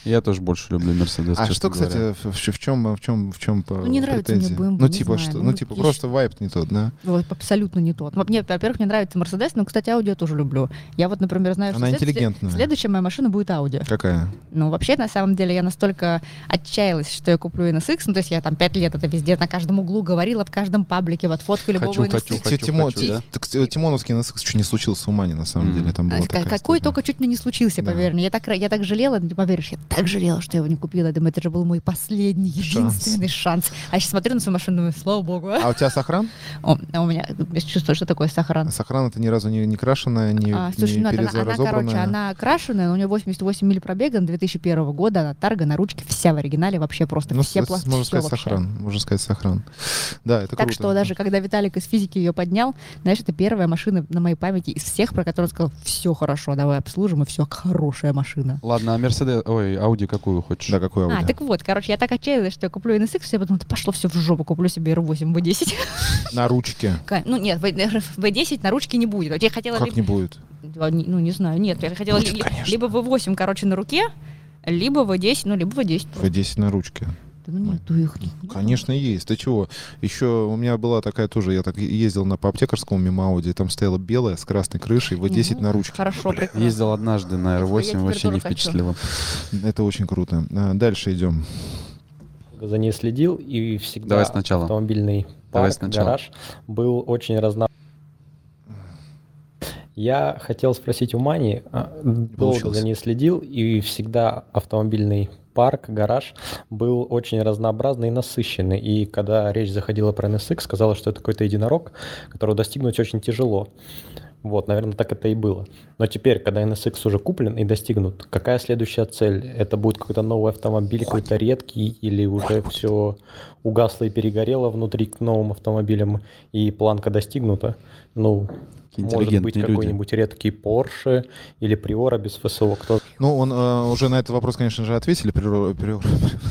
Я тоже больше люблю Мерседес, а честно что, кстати, говоря. в, в чем, в чем, в чем Ну, не нравится мне BMW, ну не типа знаю, что, ну, ну типа есть- просто вайп не тот, да? вот Абсолютно не тот. Ну, Мне, во-первых, мне нравится Мерседес, но, кстати, Audi я тоже люблю. Я вот, например, знаю, Она что след- интеллигентная. следующая моя машина будет Audi. Какая? Ну, вообще, на самом деле, я настолько отчаялась, что я куплю NSX. Ну, то есть я там пять лет это везде на каждом углу говорила, в каждом паблике, вот фотку любого Хочу, NSX. Ти- хочу, Тимо- хочу, Ти- да? так, э, Тимоновский нас чуть не случился с ума не на самом Мгм. деле. Там А, была ка- такая Какой история. только чуть мне не случился, Да. поверь мне. Я так, ра- я так жалела, не поверишь, я так жалела, что я его не купила. Думаю, это же был мой последний, Шанс. единственный шанс. А сейчас смотрю на свою машину, думаю, слава богу. а. А у тебя сохран? О, а у меня я чувствую, что такое сохран. Сохран это ни разу не, не крашеная, не, А, слушай, не ну, она, она, короче, перезаразобранная. она окрашенная, но у нее 88 миль пробега, она 2001 года, она тарга на ручке, вся в оригинале, вообще просто Ну, все с- пласт- можно всё сказать, вообще. сохран. Можно сказать, сохран. Да, это Так круто. что даже когда Виталик из физики ее поднял, знаешь, это первая машина на моей памяти из всех, про которую он сказал, все хорошо, давай обслужим, и все, хорошая машина. Ладно, а Мерседес... Ой, Ауди какую хочешь? Да, какой А, Audi? так вот, короче, я так отчаялась, что я куплю NSX, что я подумала, да пошло все в жопу, куплю себе R8 V10. На ручке. Ка- Ну нет, V- V10 на ручке не будет. Вот я хотела... Как либо- не будет? Да, не- Ну не знаю, нет, я хотела ли- либо V8, короче, на руке, либо V10, ну либо V10. В10 на ручке. Да ну нету их. Конечно, есть. Ты чего? Еще у меня была такая тоже, я так ездил на по аптекарскому мимо Ауди, там стояла белая с красной крышей, V10 Ну, на ручке. Хорошо, прекрасно. Ездил однажды на Я R8, теперь вообще тоже не хочу. впечатлило. Это очень круто. А, Дальше идем. за ней следил, и всегда Давай сначала. автомобильный Давай парк, сначала. гараж был очень разно... Я хотел спросить у Мани, а, долго получилось. за ней следил, и всегда автомобильный парк, гараж был очень разнообразный и насыщенный. И когда речь заходила про NSX, сказала, что это какой-то единорог, которого достигнуть очень тяжело. Вот, наверное, так это и было. Но теперь, когда NSX уже куплен и достигнут, какая следующая цель? Это будет какой-то новый автомобиль, какой-то редкий, или уже все угасло и перегорело внутри к новым автомобилям, и планка достигнута? Ну, может быть, Интеллигентные люди. какой-нибудь редкий Porsche или Приора без ФСО. Кто Ну, он э, уже на этот вопрос, конечно же, ответили. Приро- приро-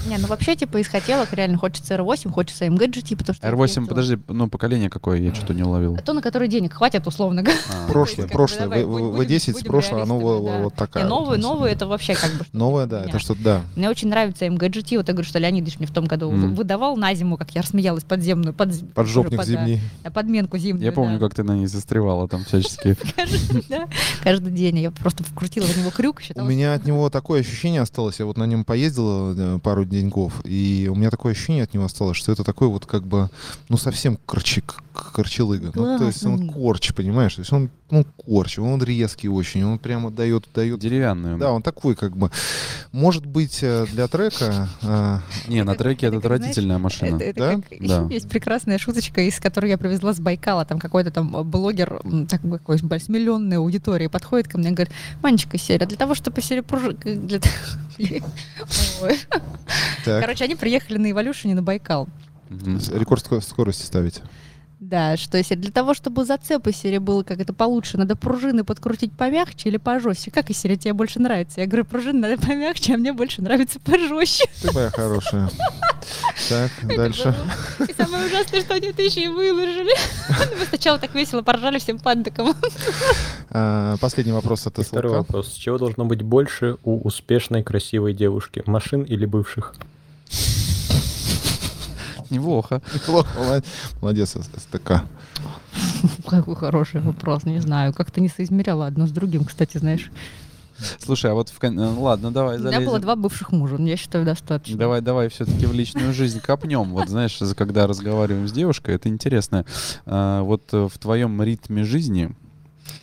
Не, ну вообще, типа, из хотелок реально хочется R8, хочется MG GT, потому что... я R8, ездила. подожди, ну поколение какое, я что-то не уловил. А То, на которое денег хватит, условно говоря. А, Прошлое, как бы прошлое. давай, В- будем- в- В10 с будем прошлого, оно реалистами, вот да. вот Не, такая. Новые, вот, новое это вообще как бы... Новое, да, Да. это что-то, да. Мне очень нравится MGT. Вот я говорю, что Леонидович мне в том году Мгм. выдавал на зиму, как я рассмеялась, подземную. Под, Поджопник под- земли. да, подменку зимнюю. Я помню, да. как ты на ней застревала там всячески. Каждый, да, каждый день. Я просто вкрутила в него крюк. У считала, меня от него такое ощущение осталось. Я вот на нем поездил э, пару деньков, и у меня такое ощущение от него осталось, что это такой вот как бы, ну, совсем корчи, к- корчелыга. Ну, то есть он Классный. корч, понимаешь? То есть он, ну, корч, он резкий очень, он прямо дает, дает. Деревянную. Да, он такой как бы. Может быть, э, для трека... э, Не, на Это как- треке это это как, отвратительная что машина. Это, это Да? как- Да. Есть прекрасная шуточка, из которой я привезла с Байкала. Там какой-то там э, блогер, м, такой какой с миллионной аудиторией, подходит ко мне и говорит, Манечка Серия, для того, чтобы серепружи... Для... т- Ой. Так. Короче, они приехали на Эволюшене на Байкал. Мгм. с- Рекорд ско- скорости ставить. Да, что если для того, чтобы зацеп из серии был как это получше, надо пружины подкрутить помягче или пожестче. Как из серии тебе больше нравится? Я говорю, пружины надо помягче, а мне больше нравится пожестче. Ты моя хорошая. Так, дальше. И самое ужасное, что они это еще и выложили. Мы сначала так весело поржали всем пандиком. А, Последний вопрос от И второй СЛК. вопрос. Чего должно быть больше у успешной, красивой девушки? Машин или бывших? Неплохо. Неплохо, молод- Молодец, СТК. Какой хороший вопрос, не знаю. Как-то не соизмеряла одно с другим, кстати, знаешь. Слушай, а вот в кон- э, Ладно, давай У меня было залезем. два бывших мужа, но я считаю, достаточно. Давай, давай, все-таки в личную жизнь копнем. Вот знаешь, за- когда разговариваем с девушкой, это интересно. А, вот э, в твоем ритме жизни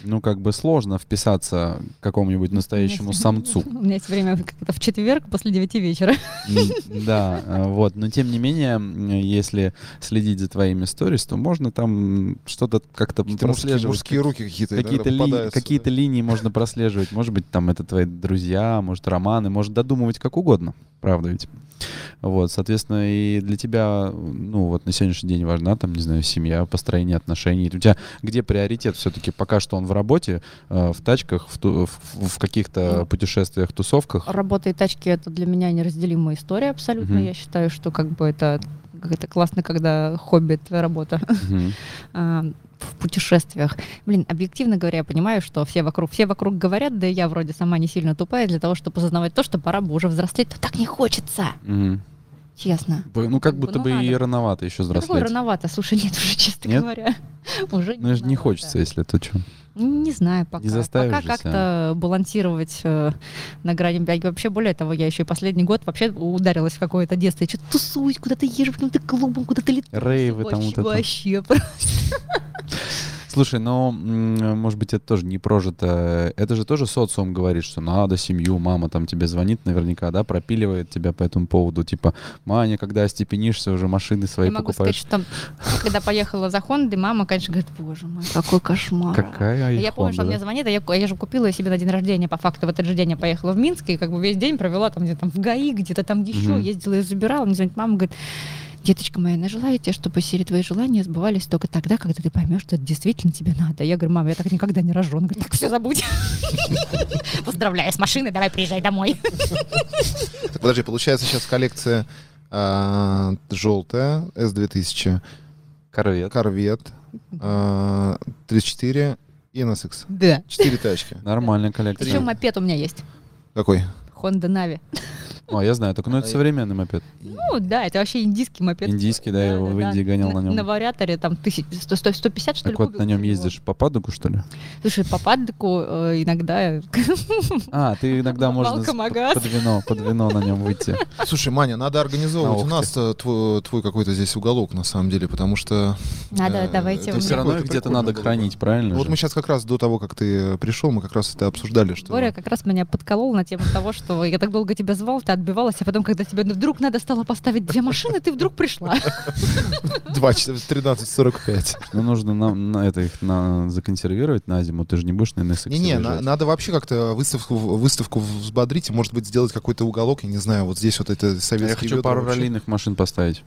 ну, как бы сложно вписаться к какому-нибудь настоящему Нет. самцу. У меня есть время как-то в четверг после девяти вечера. М, Да, э, вот. Но тем не менее, м, если следить за твоими сторис, то можно там что-то как-то Какие-то мужские, прослеживать. мужские руки какие-то. иногда Какие-то, ли- попадаются, какие-то да. линии можно прослеживать. Может быть, там это твои друзья, может, романы, может, додумывать как угодно. Правда ведь? Вот, соответственно, и для тебя, ну, вот на сегодняшний день важна, там, не знаю, семья, построение отношений. У тебя где приоритет все-таки? Пока что он в работе, э, в тачках, в, ту- в- в каких-то Ну, А путешествиях, тусовках. Работа и тачки — это для меня неразделимая история абсолютно. Мгм. Я считаю, что как бы это, как это классно, когда хобби — это работа. Мгм. а, в путешествиях. Блин, объективно говоря, я понимаю, что все вокруг, все вокруг говорят, да и я вроде сама не сильно тупая для того, чтобы осознавать то, что пора бы уже взрослеть, то так не хочется, Мгм. честно. Б- Ну, как будто ну, бы и надо. рановато еще Такое взрослеть. рановато, слушай, нет уже, честно Нет? говоря. Уже Ну, ж не рановато. хочется, если то что. Не знаю пока. заставишь пока же как-то балансировать э, на грани бяги. Вообще, более того, я еще и последний год вообще ударилась в какое-то детство. Я что-то тусуюсь, куда-то езжу, куда ты клубом, куда ты летаешь. Рейвы там вообще, вот это. Вообще, Слушай, но, м, может быть, это тоже не прожито. Это же тоже социум говорит, что надо семью, мама там тебе звонит наверняка, да, пропиливает тебя по этому поводу. Типа, Маня, когда остепенишься, уже машины свои Я могу сказать, покупаешь. что там, когда поехала за Хондой, мама, конечно, говорит, боже мой, какой кошмар. Какая Я помню, что Honda, он мне да? звонит, а я, я же купила её себе на день рождения, по факту, в этот же день я поехала в Минск, и как бы весь день провела там где-то там в ГАИ, где-то там еще, Мгм. ездила и забирала, мне звонит мама, говорит, деточка моя, она желает тебе, чтобы все твои желания сбывались только тогда, когда ты поймешь, что это действительно тебе надо. Я говорю, мама, я так никогда не рожу. Он говорит, так все забудь. Поздравляю с машиной, давай приезжай домой. Так, подожди, получается сейчас коллекция а, желтая S2000, Корвет. корвет, а, 34 и NSX. Да. Четыре тачки. Нормальная Еще коллекция. мопед у меня есть. Какой? Honda Нави. О, я знаю, только ну это А я- современный мопед. Ну да, это вообще индийский мопед. Индийский, да, я его в да. Индии гонял на На нем. вариаторе там тысяч, сто- сто- 150, что ли, Так вот, кубиков на нем у него. ездишь по падуку, что ли? Слушай, по паддеку э, иногда... А, ты иногда можно с- Волкомагаз. под вино, под вино на нем выйти. Слушай, Маня, надо организовывать На у нас э, твой, твой какой-то здесь уголок, на самом деле, потому что... Надо, э, давайте это у Все прикольно, меня. равно их это где-то прикольно надо было бы. хранить, правильно Вот Ну же? мы сейчас как раз до того, как ты пришел, мы как раз это обсуждали, что... Боря как раз меня подколол на тему того, что я так долго тебя звал, ты отбивалась, а потом, когда тебе вдруг надо стало поставить две машины, ты вдруг пришла. 2, 13.45. Ну, нужно нам на это их на, законсервировать на зиму. Ты же не будешь на NSX Не-не, на- выезжать. надо вообще как-то выставку, выставку взбодрить, и, может быть, сделать какой-то уголок, я не знаю, вот здесь вот это А Я советский хочу ребята пару вообще. раллийных машин поставить.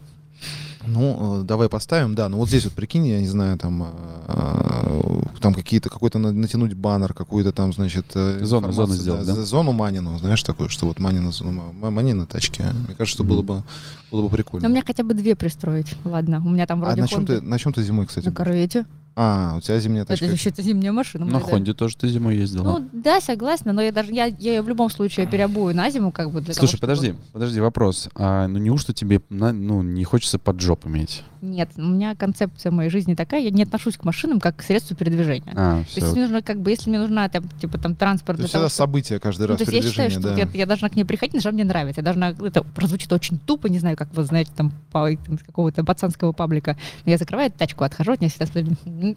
Ну, э, давай поставим, да. Ну вот здесь вот прикинь, я не знаю, там, э, там какие-то какой-то на- натянуть баннер, какую-то там, значит, э, Зону- информацию, зону сделать, да? з- Зону Манину, знаешь, такую, что вот Манина, зона- м- Манина тачки. Мне кажется, что было бы было бы прикольно. Но Ну, мне хотя бы две пристроить. Ладно, у меня там А вроде на чем ты Honda. на чем ты зимой, кстати? На корвете. А, у тебя зимняя Это тачка. еще это зимняя машина. Ну, на моя, Ну, да. Хонде тоже ты зимой А. ездила. Ну да, согласна, но я даже я, я ее в любом случае переобую на зиму, как бы для того, Слушай, чтобы- подожди, подожди, вопрос. А, ну неужто тебе на- ну, не хочется под жоп иметь? Нет, у меня концепция моей жизни такая, я не отношусь к машинам как к средству передвижения. А, То есть ну, все. мне нужно, как бы, если мне нужна там, типа там транспорт То для есть того, это чтобы- событие каждый Ну, раз то есть я считаю, передвижение, что да. вот я, я должна к ней приходить, потому что мне нравится. Я должна, это прозвучит очень тупо, не знаю, как вы знаете, там, по- там, из какого-то пацанского паблика. Но я закрываю эту тачку, отхожу от нее всегда смотрю. М, Ну, И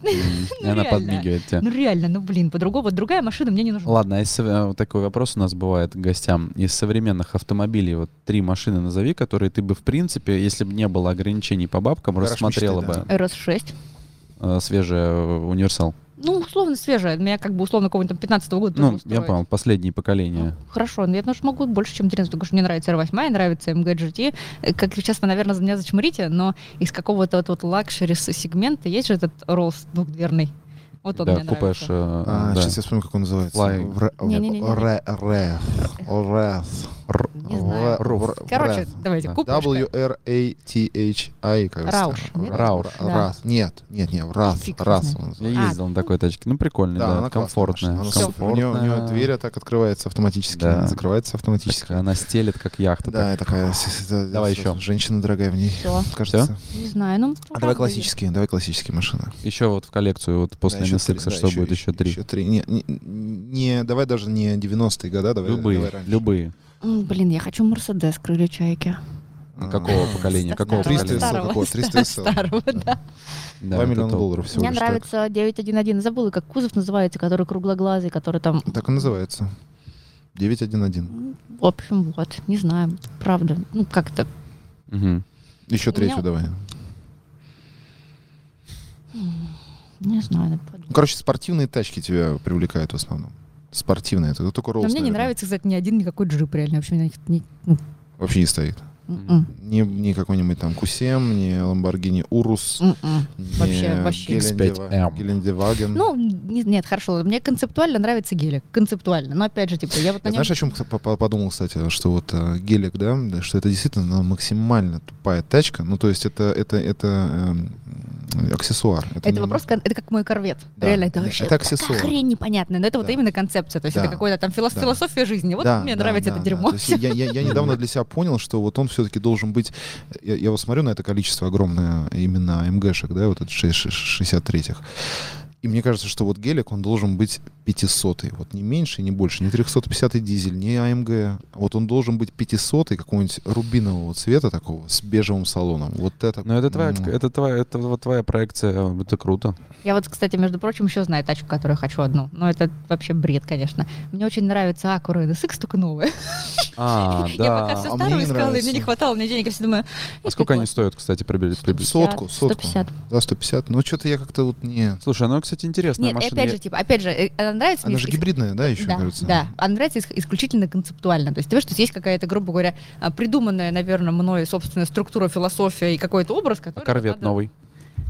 она реально. подмигивает тебя. Ну реально, ну блин, по-другому, другая машина мне не нужна. Ладно, а из сов- э, вот такой вопрос у нас бывает к гостям. Из современных автомобилей вот три машины назови, которые ты бы в принципе, если бы не было ограничений по бабкам, Гараж рассмотрела мечты, бы RS6. э, свежая э, универсал. Ну, Ну, условно свежая. Меня как бы условно какого-нибудь там 15-го года тоже я устроит. понял, последнее Ну, поколение. Хорошо, но я потому что могу больше, чем 13, потому что мне нравится R8, нравится MGGT. Э, Как сейчас вы, наверное, за меня зачмырите, но из какого-то вот, вот лакшери сегмента есть же этот Rolls двухдверный. Вот он да, мне купаж. нравится. э, А, да. Сейчас я вспомню, как он называется. Flying. Вре- Не-не-не-не. Ре- Ре- Реф. Р- Не Ре- знаю. Руф. Ре- Короче, Реф. давайте, Да. купаж. W-R-A-T-H-I, кажется. Рауш, нет? Рауш. Да. Раз. Нет, нет, нет, раз, Фиг его раз. знает. он называется. Я А, ездил на такой тачке. Ну, прикольно, да, она классная комфортная. машина, она Всё. супер. У нее, у комфортная. неё дверь так открывается автоматически, Да. она закрывается автоматически. Такая, она стелет, как яхта. Да, и такая... с- с- с- Давай с- еще. Женщина дорогая в ней, Всё. кажется. Не знаю, ну... А давай классические, давай классические машины. Еще вот в коллекцию, вот после Да, еще NSX, три, да, что будет еще три? Еще три. Не, не- не- давай даже не 90-е года, давай, любые, давай раньше. любые. М, Блин, я хочу Мерседес крылья чайки. А, Какого поколения? Какого Старого, поколения? старого, Какого? 300 SL. Старого, да. Да, 2 это миллиона топ. долларов всего Мне лишь. так. нравится 911. Забыла, как кузов называется, который круглоглазый, который там... Так и называется. 911. м, В общем, вот, не знаю, правда. Ну, как-то... Мгм. Еще У меня- третью давай. Ну, Не знаю, надо подумать. Ну, короче, спортивные тачки тебя привлекают в основном. Спортивные. Это только Но Rolls, мне не наверное, нравится, кстати, ни один никакой джип реально. Вообще на них не... ну, Вообще не стоит. м-м, Ни, ни какой-нибудь там Кусем, ни Lamborghini Урус, м-м. ни Вообще, вообще. Гелендева- X5M. Гелендеваген. Ну, не- нет, хорошо. Мне концептуально нравится гелик. Концептуально. Но опять же, типа, я вот на Я нем... знаешь, о чем кстати, по- по- подумал, кстати, что вот э, гелик, да, да, что это действительно ну, максимально тупая тачка. Ну, то есть это, это, это эм, м, аксессуар. Это не вопрос, кон- это как мой корвет. Да. Реально, это Да, вообще это такая аксессуар. хрень непонятная. Но это вот Да. именно концепция. То есть Да. это какая-то там филос- Да. философия жизни. Вот Да, мне да, нравится да, это да. дерьмо. То есть я, я- я недавно для себя понял, что вот он все-таки должен быть... Я, я вот смотрю на это количество огромное именно МГшек, да, вот это 63-х. И мне кажется, что вот гелик, он должен быть 500 вот не меньше, не больше, не 350 дизель, не АМГ. Вот он должен быть 500 какого-нибудь рубинового цвета такого, с бежевым салоном. Вот это... Но Ну, это твоя, м, это твоя, это вот твоя проекция, это круто. Я вот, кстати, между прочим, еще знаю тачку, которую хочу одну. Но это вообще бред, конечно. Мне очень нравится Acura NSX, только новая. А, Я пока да. все а старую мне искала, и мне нравится. не хватало мне денег. Я все думаю... А сколько они «Э, стоят, кстати, приблизительно? Сотку, сотку. 150. Да, 150. Ну, что-то я как-то вот не... Слушай, ну, кстати, интересная Нет, и машина. опять же, типа, опять же, э, она нравится мне... Она же ис- гибридная, да, еще, да, кажется? да. Она нравится ис- исключительно концептуально. То есть, ты видишь, что есть какая-то, грубо говоря, а, придуманная, наверное, мной собственная структура, философия и какой-то образ, А который... корвет надо- новый.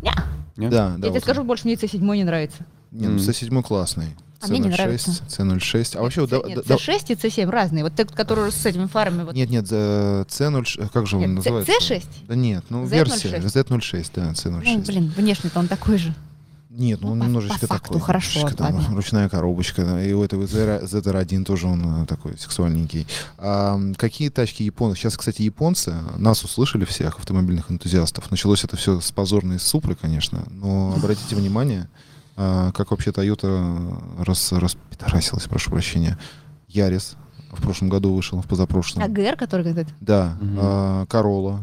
Да, да. Я тебе вот. скажу, больше мне C7 не нравится. Не, ну Мгм. C7 классный. А мне не нравится. C06. А вообще, вот да- Нет, да- C6 и C7 разные. Вот тот, который с этими фарами. Вот. нет, нет, за C06, как же он Нет, C- ну, называется? C6? Да нет, ну Z06. версия, Z06, да, C06. Ну, блин, внешне-то он такой же. Нет, ну он ну, по- немножечко по факту такой. хорошо, немножечко там ладно. ручная коробочка, да, и у этого ZR ZR1 тоже он э, такой сексуальненький. А, м, какие тачки японцы? Сейчас, кстати, японцы, нас услышали всех, автомобильных энтузиастов. Началось это все с позорной супры, конечно, но обратите внимание, а, как вообще Toyota э, рас, распидорасилась, прошу прощения. Ярис в прошлом году вышел, в позапрошлом. А ГР, который говорит, Да, Мгм. а, Corolla.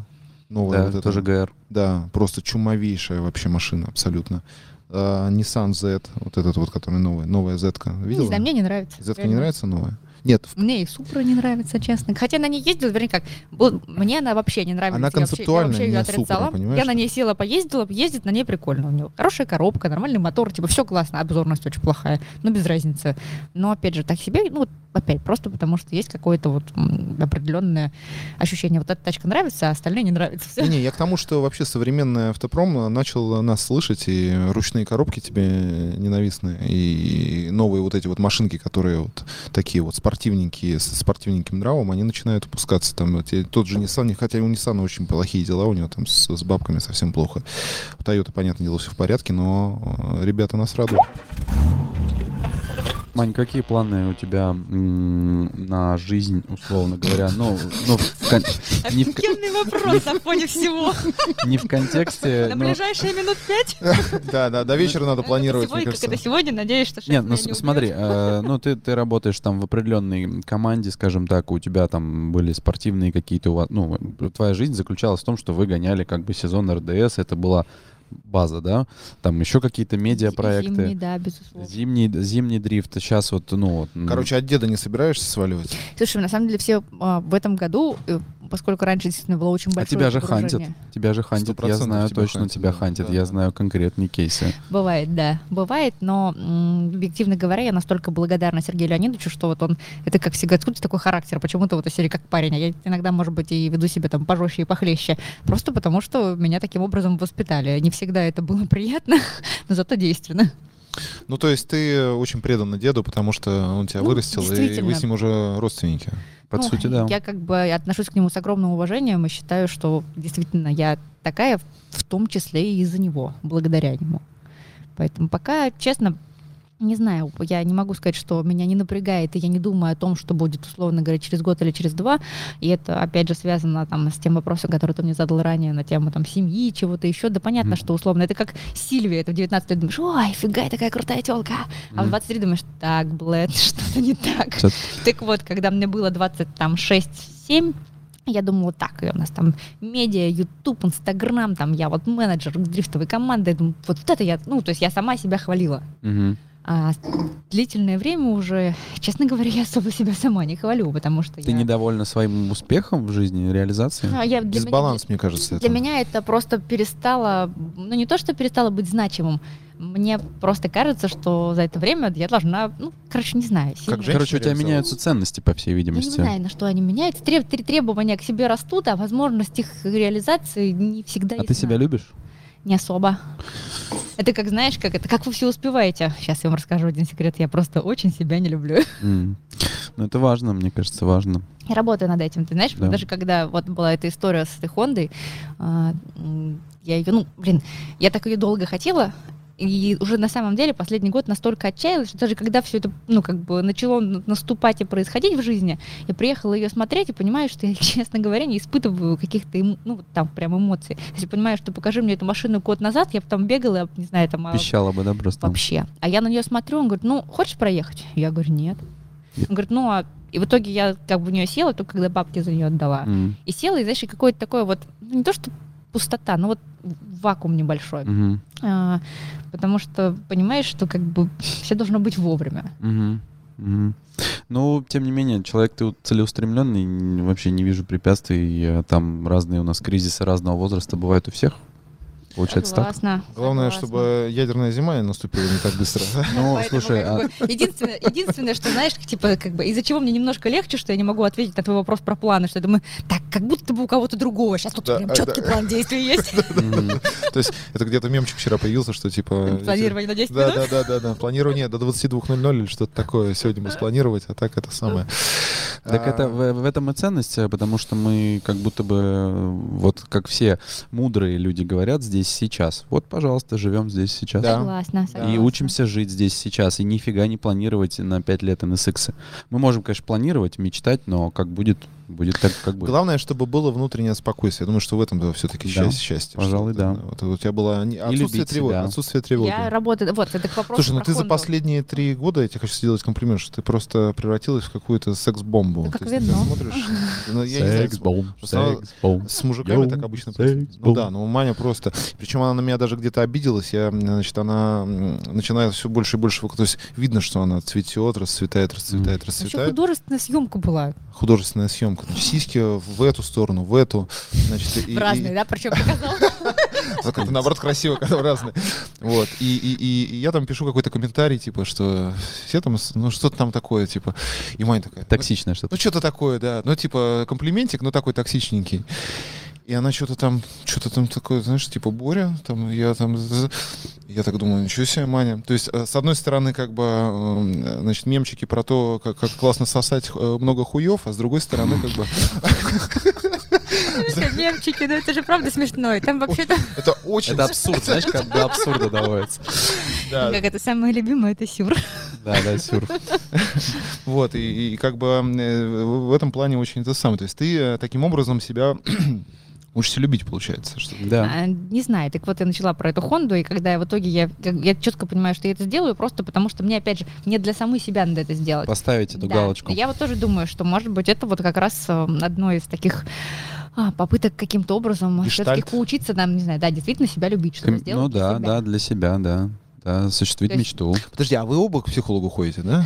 Новая Да, вот эта. тоже ГР. Да, просто чумовейшая вообще машина абсолютно. А, Nissan Z, вот этот вот, который новый, новая Z. -ка. Ну, не Видела? знаю, мне не нравится. Z -ка не Реально. нравится новая? Нет, в- Мне и Супра не нравится, честно. Хотя на ней ездила, вернее, как, вот мне она вообще не нравится. Она Я вообще- концептуально я вообще, ее не отрицала. Supra, понимаешь? я на ней села, поездила, ездит, на ней прикольно у нее. Хорошая коробка, нормальный мотор, типа, все классно, обзорность очень плохая, ну, без разницы. Но, опять же, так себе, ну, вот опять, просто потому что есть какое-то вот м, определенное ощущение. Вот эта тачка нравится, а остальные не нравятся. Все. не, я к тому, что вообще современный автопром а, начал нас слышать, и ручные коробки тебе ненавистны, и новые вот эти вот машинки, которые вот такие вот спортивненькие, с спортивненьким нравом, они начинают опускаться. Там вот и тот же Nissan, хотя и у Nissan очень плохие дела, у него там с, с бабками совсем плохо. У Toyota, понятное дело, все в порядке, но э, ребята нас радуют. Мань, какие планы у тебя м, на жизнь, условно говоря? Ну, ну в кон- не, в, кон- Офигенный вопрос на фоне всего. не в контексте... На ну, ближайшие минут пять. Да, да, до вечера надо планировать, мне Сегодня, как кажется. это сегодня, надеюсь, что шеф Нет, ну меня с- не убьет. смотри, э, ну ты, ты работаешь там в определенной команде, скажем так, у тебя там были спортивные какие-то у вас, ну, твоя жизнь заключалась в том, что вы гоняли как бы сезон РДС, это была база, да? Там еще какие-то Зимний, медиапроекты. да, безусловно. Зимний, зимний дрифт, сейчас вот, ну вот. м, Короче, от деда не собираешься сваливать? Слушай, на самом деле все а, в этом году, э, поскольку раньше действительно было очень а большое тебя же погружение. хантят, тебя же хантят, я процентов знаю тебя точно, хантят, тебя да, хантят, да, я да. знаю конкретные кейсы. Бывает, да, бывает, но м, объективно говоря, я настолько благодарна Сергею Леонидовичу, что вот он, это как всегда, откуда такой характер, почему-то вот из серии как парень, а я иногда, может быть, и веду себя там пожестче и похлеще, просто потому что меня таким образом воспитали. Не всегда это было приятно, но зато действенно. Ну, то есть ты очень предан деду, потому что он тебя Ну, вырастил, и вы действительно. с ним уже родственники. По Ну, сути, да. Я как бы отношусь к нему с огромным уважением и считаю, что действительно я такая, в- в том числе и из-за него, благодаря нему. Поэтому пока, честно, не знаю, я не могу сказать, что меня не напрягает, и я не думаю о том, что будет, условно говоря, через год или через два. И это, опять же, связано там с тем вопросом, который ты мне задал ранее на тему там семьи, чего-то еще. Да понятно, Мгм. что условно это как Сильвия, ты в 19 лет думаешь, ой, фига, я такая крутая телка. А в Мгм. 23 думаешь, так, блэд, что-то не так. Чё-то Так вот, когда мне было 26-7, Я думала, так, и у нас там медиа, YouTube, Инстаграм, там я вот менеджер дрифтовой команды, думаю, вот это я, ну, то есть я сама себя хвалила. Мгм. А с- длительное время уже, честно говоря, я особо себя сама не хвалю, потому что Ты я... недовольна своим успехом в жизни, реализацией? А, я для меня- Дисбаланс, мне кажется. Для это. меня это просто перестало, ну не то, что перестало быть значимым, мне просто кажется, что за это время я должна, ну, короче, не знаю. сильно- женщина Короче, у тебя реализовалась. меняются ценности, по всей Я не видимости. знаю, на что они меняются. Треб- тре- требования к себе растут, а возможность их реализации не всегда А ты ясна. себя любишь? Не особо. Это как, знаешь, как это, как вы все успеваете. Сейчас я вам расскажу один секрет. Я просто очень себя не люблю. М. Ну, это важно, мне кажется, важно. Я работаю над этим, ты знаешь, Да. даже когда вот была эта история с этой Хондой, а, м, я ее, ну, блин, я так ее долго хотела, и уже на самом деле последний год настолько отчаялась, что даже когда все это, ну, как бы начало н- наступать и происходить в жизни, я приехала ее смотреть и понимаю, что я, честно говоря, не испытываю каких-то, эмо- ну, вот там прям эмоций. То есть я понимаю, что покажи мне эту машину год назад, я бы там бегала, не знаю, там... а, Пищала бы, да, просто? вообще. А я на нее смотрю, он говорит, ну, хочешь проехать? Я говорю, нет. Он говорит, ну, а... И в итоге я как бы в нее села, только когда бабки за нее отдала. М. И села, и, знаешь, и какое-то такое вот, ну, не то что пустота, но вот вакуум небольшой. Мгм. А, потому что понимаешь, что как бы все должно быть вовремя. Мгм. Мгм. Ну, тем не менее, человек ты целеустремленный, н- вообще не вижу препятствий. э, Там разные у нас кризисы разного возраста бывают у всех. Получается так? Согласна. Главное, согласна. чтобы ядерная зима не наступила не так быстро. Ну, Поэтому, слушай, как а- бы, единственное, единственное, что знаешь, типа, как бы, из-за чего мне немножко легче, что я не могу ответить на твой вопрос про планы, что я думаю, так, как будто бы у кого-то другого, сейчас тут Да, прям а, четкий да. план действий есть, Мгм. То есть это где-то мемчик вчера появился, что типа... планирование на 10 минут. Да, да, да, да, да. Планирование до 22.00 или что-то такое. Сегодня мы спланировать, а так это самое. Так А, это в, в этом и ценность, э, потому что мы как будто бы э, вот как все мудрые люди говорят здесь сейчас. Вот, пожалуйста, живем здесь сейчас. Да. Согласна, И согласна. учимся жить здесь сейчас, и нифига не планировать на 5 лет NSX. Мы можем, конечно, планировать, мечтать, но как будет, будет так, как будет. Главное, чтобы было внутреннее спокойствие. Я думаю, что в этом все-таки Да. счастье. счастье. Пожалуй, Что-то, да. Вот у тебя было не- отсутствие любить тревоги. себя. Отсутствие тревоги. Я работаю, вот, это к вопросу Слушай, ну про ты за Хонду. последние три года, я тебе хочу сделать комплимент, что ты просто превратилась в какую-то секс-бомбомбу. Да как То есть ты вино. смотришь, ну, я не знаю, Секс-бом, Просто секс-бом. С мужиками Yo, так обычно sex происходит. Ну bomb. да, ну Маня просто. Причем она на меня даже где-то обиделась. Я, значит, она м, начинает все больше и больше. вык- То есть видно, что она цветет, расцветает, расцветает, Еще расцветает. художественная съемка была. Художественная съемка. Значит, Сиськи в эту сторону, в эту. Значит, и- в разные, и- да, причем показал. Так это наоборот красиво, когда в разные. Вот. И, и- и- и я там пишу какой-то комментарий, типа, что все там, с- ну что-то там такое, типа. И Маня такая. «Ну, Токсичное Ну, что-то. что-то такое, да. Ну, типа, комплиментик, но такой токсичненький. И она что-то там, что-то там такое, знаешь, типа, Боря, там, я там... з- Я так думаю, ничего себе, Маня. То есть, э, с одной стороны, как бы, э, значит, мемчики про то, как, как классно сосать э, много хуев, а с другой стороны, как бы, Это мемчики, ну это же правда смешно. И там вообще-то, это очень... Это абсурд, знаешь, как до абсурда доводится. Да, как это самое любимое, это сюр. Да, да, сюр. Вот, и, и как бы э, в в этом плане очень это самое. То есть, ты э, таким образом себя учишься любить, получается. Что Да. А, Не знаю, так вот я начала про эту Хонду, и когда я в итоге, я, я четко понимаю, что я это сделаю, просто потому что мне, опять же, мне для самой себя надо это А, сделать. Поставить эту Да. галочку. Я вот тоже думаю, что, может быть, это вот как раз э, одно из таких а, попыток каким-то образом все-таки Гештальт. поучиться нам, не знаю, да, действительно себя любить, что Ком- сделать Ну для да, себя. да, для себя, да. Да, осуществить То есть- мечту. Подожди, а вы оба к психологу ходите, да?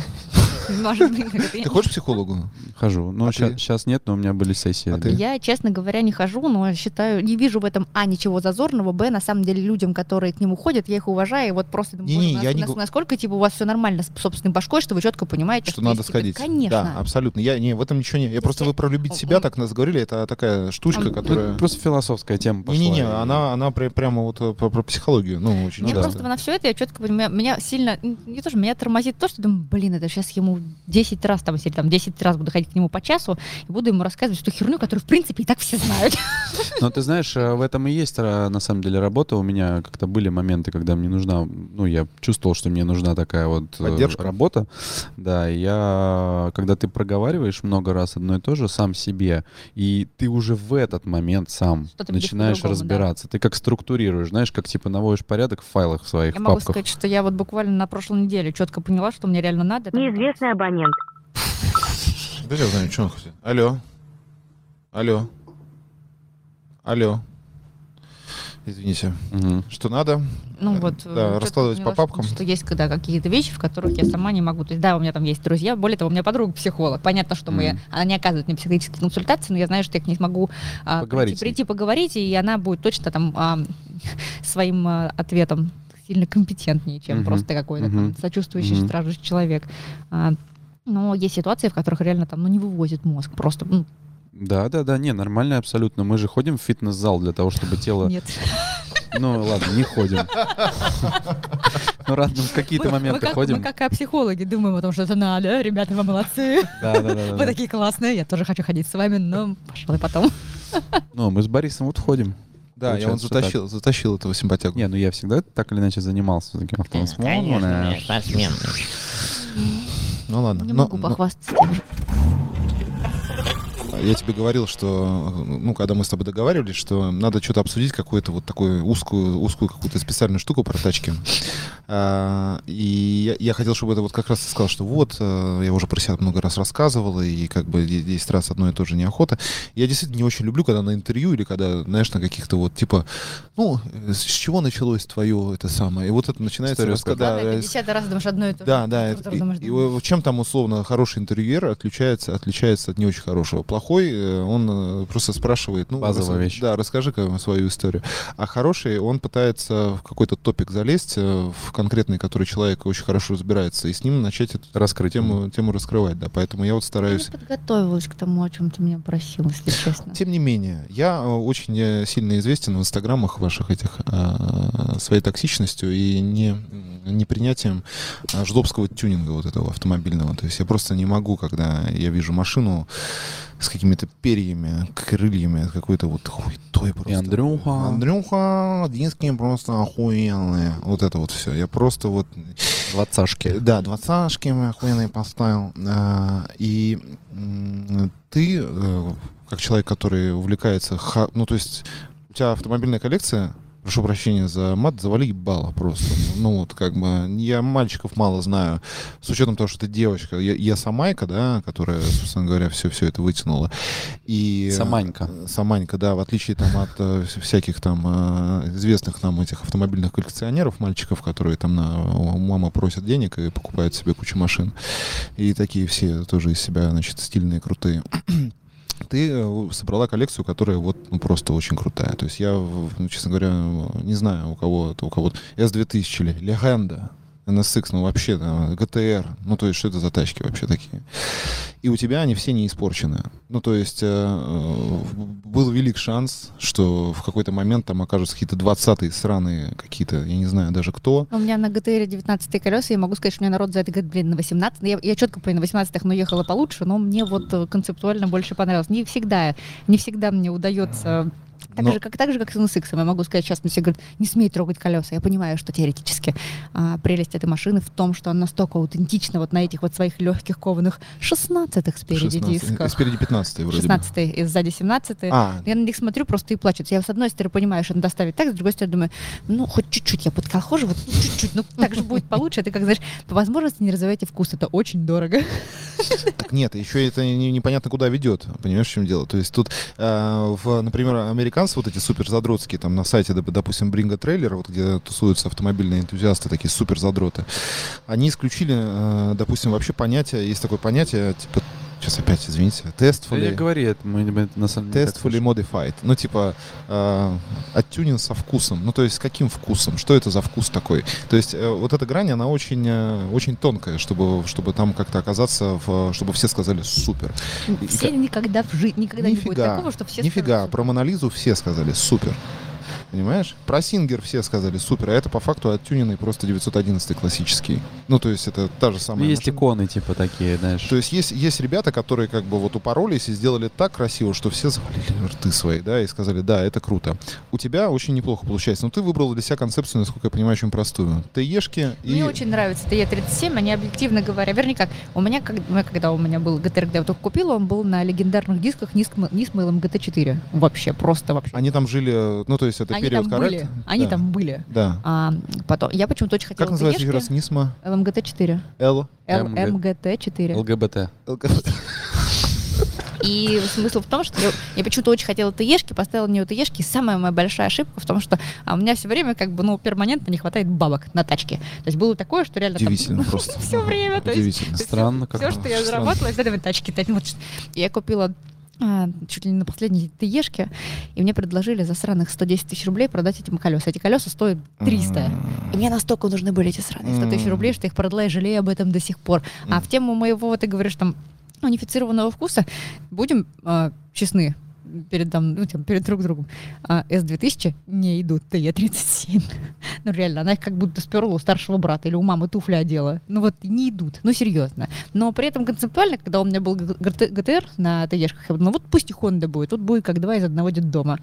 Может быть, как это я Ты ходишь к психологу? Хожу. Ну, А ты? сейчас нет, но у меня были сессии. А да. ты? Я, честно говоря, не хожу, но считаю, не вижу в этом, а, ничего зазорного, б, на самом деле, людям, которые к нему ходят, я их уважаю, и вот просто думаю, Не-не, боже, я нас- не нас- гов- насколько, типа, у вас все нормально с собственной башкой, что вы четко понимаете, что надо есть, типа, сходить. Да, Конечно. абсолютно. Я не в этом ничего не. Я просто вы про любить О, себя он- так нас говорили. Это такая штучка, Он- Ну, которая. это Просто философская тема пошла. Не-не-не, и- она, она пря- прямо вот э, про, про психологию. Ну, очень я часто. просто на все это, я четко понимаю, меня сильно, н- не то, что меня тормозит то, что думаю, блин, это сейчас ему 10 раз, там, если там 10 раз буду ходить к нему по часу, и буду ему рассказывать эту херню, которую, в принципе, и так все знают. Но ты знаешь, э, в этом и есть э, на самом деле работа. У меня как-то были моменты, когда мне нужна, ну, я чувствовал, что мне нужна такая вот э, Поддержка. работа. Да, и я, когда ты проговариваешь много раз одно и то же сам себе, и ты уже в этот момент сам Что-то видишь начинаешь по-другому, да. разбираться. Ты как структурируешь, знаешь, как типа наводишь порядок в файлах своих, Я в могу папках. сказать, что я вот буквально на прошлой неделе четко поняла, что мне реально надо. там, Неизвестный абонент. Да я знаю, что он хотел. Алло. Алло. Алло. Извините. Мгм. Что надо? Ну Э, вот. да, э, чётко раскладывать по поняла, папкам. Что, что есть когда какие-то вещи, в которых я сама не могу. То есть, да, у меня там есть друзья, более того, у меня подруга психолог. Понятно, что мы, Мгм. она не оказывает мне психологические консультации, но я знаю, что я к ней смогу а, Поговорить прийти, с ней. прийти поговорить, и она будет точно там а, своим а, ответом сильно компетентнее, чем Мгм. просто какой-то там Мгм. сочувствующий Мгм. стражущий человек. А, но есть ситуации, в которых реально там ну, не вывозит мозг. Просто ну, Да, да, да, не, нормально абсолютно. Мы же ходим в фитнес-зал для того, чтобы тело... нет. Ну ладно, не ходим. Ну ладно, в какие-то Мы- мы моменты как- Мы ходим. как а, психологи думаем о том, что это надо, ребята, вы молодцы. Да, да, да, Вы да. такие классные, я тоже хочу ходить с вами, но пошел и потом. Ну, мы с Борисом вот ходим. Да, я вон Получается так. затащил, затащил этого симпатягу. Не, ну я всегда так или иначе занимался таким автомобилем. спортсмен. Ну ладно. Не Но- могу но- похвастаться. Я тебе говорил, что, ну, когда мы с тобой договаривались, что надо что-то обсудить, какую-то вот такую узкую, узкую какую-то специальную штуку про тачки. А, И я, я хотел, чтобы это вот как раз ты сказал, что вот, э, я уже про себя много раз рассказывал, и как бы де- 10 раз одно и то же неохота. Я действительно не очень люблю, когда на интервью или когда, знаешь, на каких-то вот типа, ну, э, с чего началось твое это самое? И вот это начинается, История рас- рассказа. да, э, с- 50 раз думаешь одно и то же. да, да. Ты это- тоже и- думаешь, и вот чем там, условно, хороший интервьюер отличается, отличается от не очень хорошего? Плохой, э, он э, просто спрашивает, ну, Базовая рас- вещь. да, расскажи-ка свою историю. А хороший, он пытается в какой-то топик залезть, э, в конкретный, который человек очень хорошо разбирается, и с ним начать эту Раскрыть. тему, тему раскрывать, да. Поэтому я вот Я не стараюсь подготовилась к тому, о чем ты меня просил, если честно. тем не менее, я э, очень э, сильно известен в инстаграмах ваших этих э, своей токсичностью и не, непринятием э, жлобского тюнинга вот этого автомобильного. То есть я просто не могу, когда я вижу машину с какими-то перьями, крыльями, какой-то вот хуйтой просто. И Андрюха. Андрюха, диски просто охуенные. Вот это вот все. Я просто вот Двадцашки. да, двадцатки мы охуенные поставил. А, И м, ты, э, как человек, который увлекается... ха- Ну, то есть у тебя автомобильная коллекция, прошу прощения за мат, завали ебало просто. Ну, вот как бы... Я мальчиков мало знаю, с учетом того, что ты девочка. Я, я самайка, да, которая, собственно говоря, все-все это вытянула. И... Саманька. Э, Саманька, да, в отличие там от э, вс- всяких там э, известных нам этих автомобильных коллекционеров, мальчиков, которые там на у мамы просят денег и покупают себе кучу машин. И такие все тоже из себя, значит, стильные, крутые. Ты э, у- собрала коллекцию, которая вот ну, просто очень крутая. То есть я, в- ну, честно говоря, не знаю, у кого это, у кого S2000 или Легенда, NSX, ну вообще, там, GTR, ну то есть что это за тачки вообще такие? и у тебя они все не испорчены. Ну, то есть э, э, был велик шанс, что в какой-то момент там окажутся какие-то 20-е сраные какие-то, я не знаю даже кто. У меня на GTR 19 колеса, и могу сказать, что мне народ за это говорит, блин, на 18. Я, я четко понимаю, на 18 но ехала получше, но мне вот э, концептуально больше понравилось. Не всегда, не всегда мне удается... Так, Но- же, как, так же, как с NSX, я могу сказать, сейчас мне все говорят, не смей трогать колеса. Я понимаю, что теоретически а, прелесть этой машины в том, что она настолько аутентична вот на этих вот своих легких кованых 16-х спереди 16-е. Э, дисках. Спереди 15 вроде бы. 16 и сзади 17 А, я на них смотрю просто и плачу. Я с одной стороны понимаю, что надо ставить так, с другой стороны думаю, ну, хоть чуть-чуть я подколхожу, вот ну, чуть-чуть, ну, так же будет получше. Это как, знаешь, по возможности не развивайте вкус, это очень дорого. так нет, еще это не- непонятно куда ведет, понимаешь, в чем дело. То есть тут, э, в, например, американцы вот эти супер задротские, там на сайте, доп- допустим, Бринга Трейлера, вот где тусуются автомобильные энтузиасты, такие супер задроты, они исключили, э, допустим, вообще понятие, есть такое понятие, типа, сейчас опять, извините, тест Да я говорю, это мы мы это на самом деле... Тест так fully слышим. modified. Ну, типа, э, оттюнен со вкусом. Ну, то есть, с каким вкусом? Что это за вкус такой? То есть, э, вот эта грань, она очень, э, очень тонкая, чтобы, чтобы там как-то оказаться, в, э, чтобы все сказали «супер». И Все никогда в жизни, никогда не будет Нифига, такого, что все... Нифига, скажут, про Монолизу все сказали «супер». Понимаешь? Про Сингер все сказали «супер», а это по факту оттюненный просто 911 классический. Ну, то есть, это та же Ну, самая Есть машина. иконы, типа, такие, знаешь. То есть есть, есть ребята, которые как бы вот упоролись и сделали так красиво, что все завалили рты свои, да, и сказали, да, это круто. У тебя очень неплохо получается, но ты выбрал для себя концепцию, насколько я понимаю, очень простую. Ты ешки и... «Ну, Мне очень нравится ТЕ-37, они объективно говоря, вернее как, у меня, как- ну, когда у меня был ГТР, когда я только купила, он был на легендарных дисках ни с, км- ни с мылом ГТ-4. Вообще, просто вообще. Они там жили, ну, то есть это Они период там коррект. были, они Да. там были. Да. А, потом, я почему-то очень хотела Как называется еще ТЕшки. раз? Нисма? ЛМГТ-4. Л? МГ. ЛМГТ-4. ЛГБТ. Л- И смысл в том, что я, я почему-то очень хотела ТЕшки, поставила на нее ТЕшки. И самая моя большая ошибка в том, что а у меня все время как бы, ну, перманентно не хватает бабок на тачке. То есть было такое, что реально... там- Удивительно просто. Всё время, то есть- Удивительно. Странно, как Все, что я странно. заработала, обязательно тачки. тать. Ну, вот что- я купила а, чуть ли не на последней ТЕшке, и мне предложили за сраных 110 тысяч рублей продать этим колеса. Эти колеса стоят 300. И мне настолько нужны были эти сраные 100 тысяч рублей, что я их продала и жалею об этом до сих пор. А в тему моего, ты говоришь, там, унифицированного вкуса, будем а, честны, перед, там, ну, тем, перед друг другом, а, С-2000 не идут ТЕ-37. ну, реально, она их как будто сперла у старшего брата или у мамы туфли одела. Ну, вот не идут, ну, серьезно. Но при этом концептуально, когда у меня был г- ГТ ГТР на ТЕшках, я подумала, вот пусть и Honda будет, тут будет как два из одного детдома.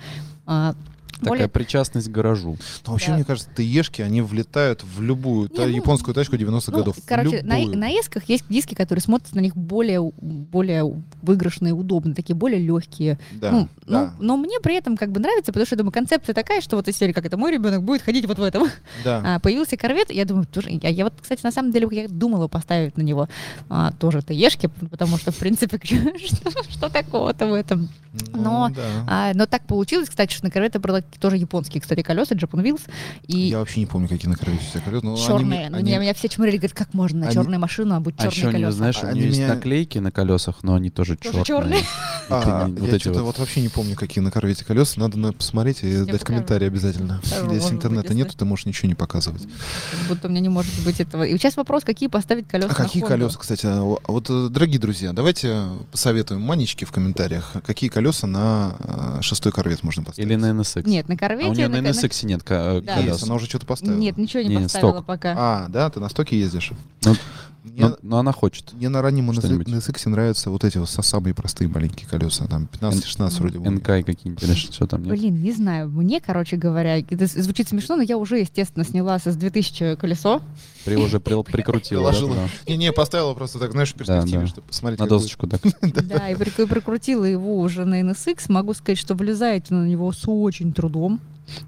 А, более- Такая причастность к гаражу. Ну, вообще, Да. мне кажется, ТЕшки, они влетают в любую Не, та- ну, японскую тачку 90-х Ну, годов. Короче, на, Любую. на эсках есть диски, которые смотрятся на них более, у- более выигрышные, удобные, такие более легкие. Да, ну, да, ну, но мне при этом как бы нравится, потому что я думаю, концепция такая, что вот из серии, как это мой ребенок будет ходить вот в этом. да. А, появился корвет, я думаю, тоже, я, я вот, кстати, на самом деле я думала поставить на него а, тоже ТЕшки, потому что, в принципе, что, что такого-то в этом? но, Ну, да. А, но так получилось, кстати, что на корвет я брала тоже японские, кстати, колеса, Japan Wheels. И, Я вообще не помню, какие на королеве сейчас колеса, но они мне- черные. Ну, они- меня, меня все чмурили, говорят, как можно на они- черную машину, а будут А еще, черные у нее, колеса. знаешь, у Они нее есть меня- наклейки на колесах, но они тоже Тоже черные. черные. А, И ты- я вот эти что-то вот. вот вообще не помню, какие на корвете колеса. Надо на- посмотреть и дать покажу. Э, комментарий обязательно. Покажу, может Если быть, интернета если- нету, ты можешь ничего не показывать. Как будто у меня не может быть этого. И сейчас вопрос, какие поставить колеса А на какие Honda? колеса, кстати? А Вот, э, дорогие друзья, давайте посоветуем манечки в комментариях, какие колеса на э, шестой корвет можно поставить. Или на NSX. Нет, на а корвете... у нее на- на на- NSX нет ка- э, Да. колес. Есть, она уже что-то поставила. Нет, ничего не, Не, поставила сток. пока. А, да, ты на стоке ездишь. Ну, Мне- Но, но она хочет. Мне на раннем Что-нибудь. NSX нравятся вот эти вот со- самые простые маленькие колеса, там 15-16 вроде бы. НК и какие-нибудь, или что там нет. Блин, не знаю. Мне, короче говоря, это з- звучит смешно, но я уже, естественно, сняла с 2000 колесо. При, уже прил- прикрутила. да, Приложила. туда. Не-не, поставила просто так, знаешь, в перспективе, да. чтобы посмотреть. На как будет. досочку так. Да, и прик- и прикрутила его уже на NSX. Могу сказать, что влезаете на него с очень трудом.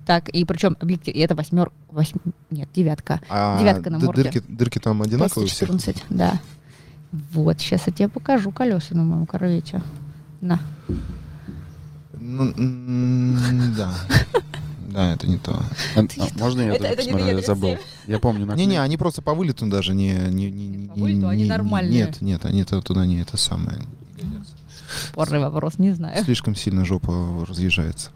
Так, и причем объектив... и Это восьмер... восьм- Нет, девятка. А Девятка на д- морде. дырки, дырки там одинаковые у всех? 214, да. Вот, сейчас я тебе покажу колеса на моем корвете. На. Ну, м, да. Да, это не то. А, а, Можно я Это- тоже это не посмотрю? Я Т-37. забыл. Я помню. наклейки. Не-не, они просто по вылету даже не... не, не, не- По вылету они не- нормальные. Нет, нет, они то туда не это самое. Спорный вопрос, не знаю. Слишком сильно жопа разъезжается.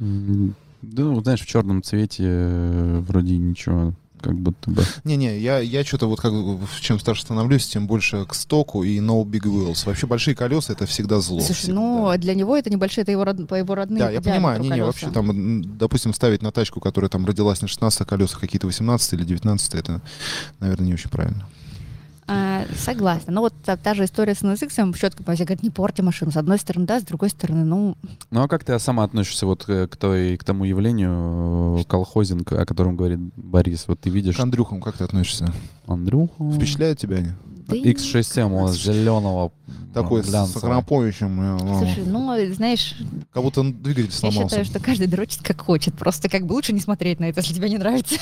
М, Да, ну, знаешь, в черном цвете э, вроде ничего, как будто бы. Не-не, я, я что-то вот как бы, в- чем старше становлюсь, тем больше к стоку и no big wheels. Вообще большие колеса это всегда зло. Слушай, всегда. ну для него это небольшие, это его, род- по его родные. Да, я понимаю, не, они не, вообще там, м, допустим, ставить на тачку, которая там родилась на 16 колесах, какие-то 18 или 19, это, наверное, не очень правильно. согласна. Ну вот та, та же история с NSX, четко по говорит, не порти машину. С одной стороны, да, с другой стороны, ну, Ну а как ты сама относишься вот э, к той, к тому явлению э, колхозинг, о котором говорит Борис? Вот ты видишь К Андрюхам как ты относишься? Ну, Андрюху. Впечатляют тебя они? да и- X6M у нас зеленого. Такой с сакропоющим, э, ну, Слушай, ну, знаешь, как будто он двигатель я сломался. считаю, что каждый дрочит как хочет. Просто как бы лучше не смотреть на это, если тебе не нравится.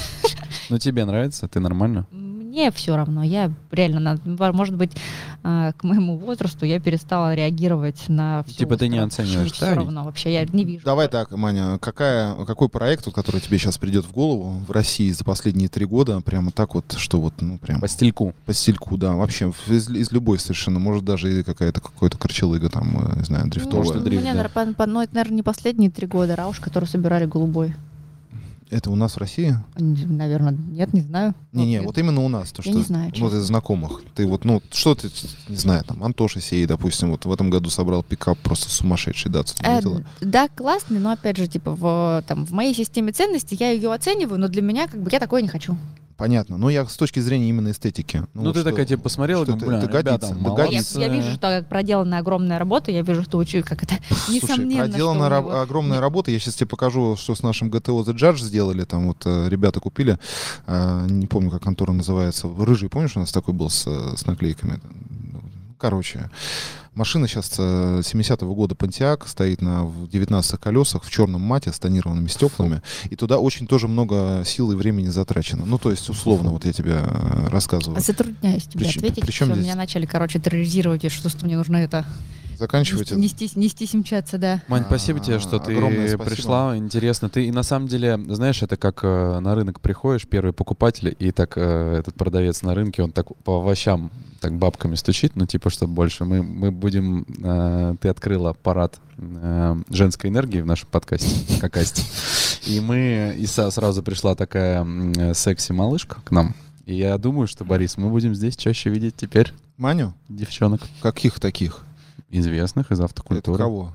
Ну тебе нравится? Ты нормально? Мне все равно. Я реально, на- во- может быть, а, к моему возрасту я перестала реагировать на все. Типа ты не оцениваешь, Все да? равно вообще, я не вижу. Давай так, Маня, какая, какой проект, вот, который тебе сейчас придет в голову в России за последние три года, прямо так вот, что вот, ну, прям По стильку. по стильку, да, вообще в- из, из любой совершенно, может, даже и какая-то какой-то корчелыга там, э, не знаю, Ну, дрифтовая. Может, и дрифт, мне, да. наверное, по- ну, это, наверное, не последние три года рауш, который собирали голубой. Это у нас в России? Наверное, нет, не знаю. Не-не, Вот, вот именно у нас. То, Я что, не знаю, Вот честно. из знакомых. Ты вот, ну, что ты, не знаю, там, Антоша Сей, допустим, вот в этом году собрал пикап просто сумасшедший, да, ты Э, видела? да, классный, но опять же, типа, в, там, в моей системе ценностей я ее оцениваю, но для меня, как бы, я такое не хочу. Понятно. Но я с точки зрения именно эстетики. Ну, вот ты что- такая типа посмотрела, что и ты- думаешь, бля, догодится, ребята, Я, догодится. я вижу, что проделана огромная работа, я вижу, что учу, как это Слушай, несомненно. что проделана у ра- него- огромная работа. Я сейчас тебе покажу, что с нашим GTO The Judge сделали. Там вот э, ребята купили, э, не помню, как контора называется. Рыжий, помнишь, у нас такой был с, э, с наклейками? Короче, машина сейчас э, 70-го года Pontiac стоит на в 19 колесах в черном мате с тонированными стеклами. И туда очень тоже много сил и времени затрачено. Ну, то есть, условно, вот я тебе э, рассказываю. Затрудняюсь тебе Причем- ответить, причем что здесь- меня начали, короче, терроризировать, и что, что мне нужно это заканчивайте. Не, стес- не стесемчаться, да. Мань, спасибо тебе, А, что ты огромное спасибо. пришла. Интересно. Ты и на самом деле, знаешь, это как э, на рынок приходишь, первый покупатель, и так э, этот продавец на рынке, он так по овощам так бабками стучит, ну типа, чтобы больше. Мы, мы будем... э, ты открыла парад э, женской энергии в нашем подкасте, как Асти. И мы... И са- сразу пришла такая м, э, секси-малышка к нам. И я думаю, что, Борис, мы будем здесь чаще видеть теперь Маню? девчонок Каких таких? известных из Это автокультуры. кого?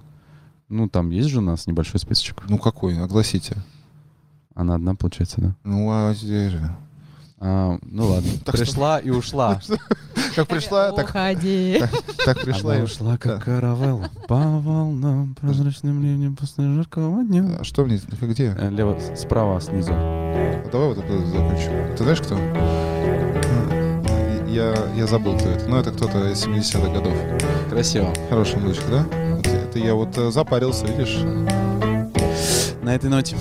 Ну, там есть же у нас небольшой списочек. Ну какой? Огласите. Она одна, получается, да? Ну, а здесь же. А, ну ладно. Так что- пришла и ушла. Как пришла, так, Уходи. так пришла и Она ушла. ушла, как Да. каравелла. По волнам, прозрачным ливнем после жаркого дня. А Что мне? Где? Э, Лево, с- справа снизу. А Давай вот это закончим. Ты знаешь, кто? Я, я забыл, кто это. Но это кто-то из 70-х годов. Красиво. Хорошая музычка, да? Вот это я вот э, запарился, видишь? На этой ноте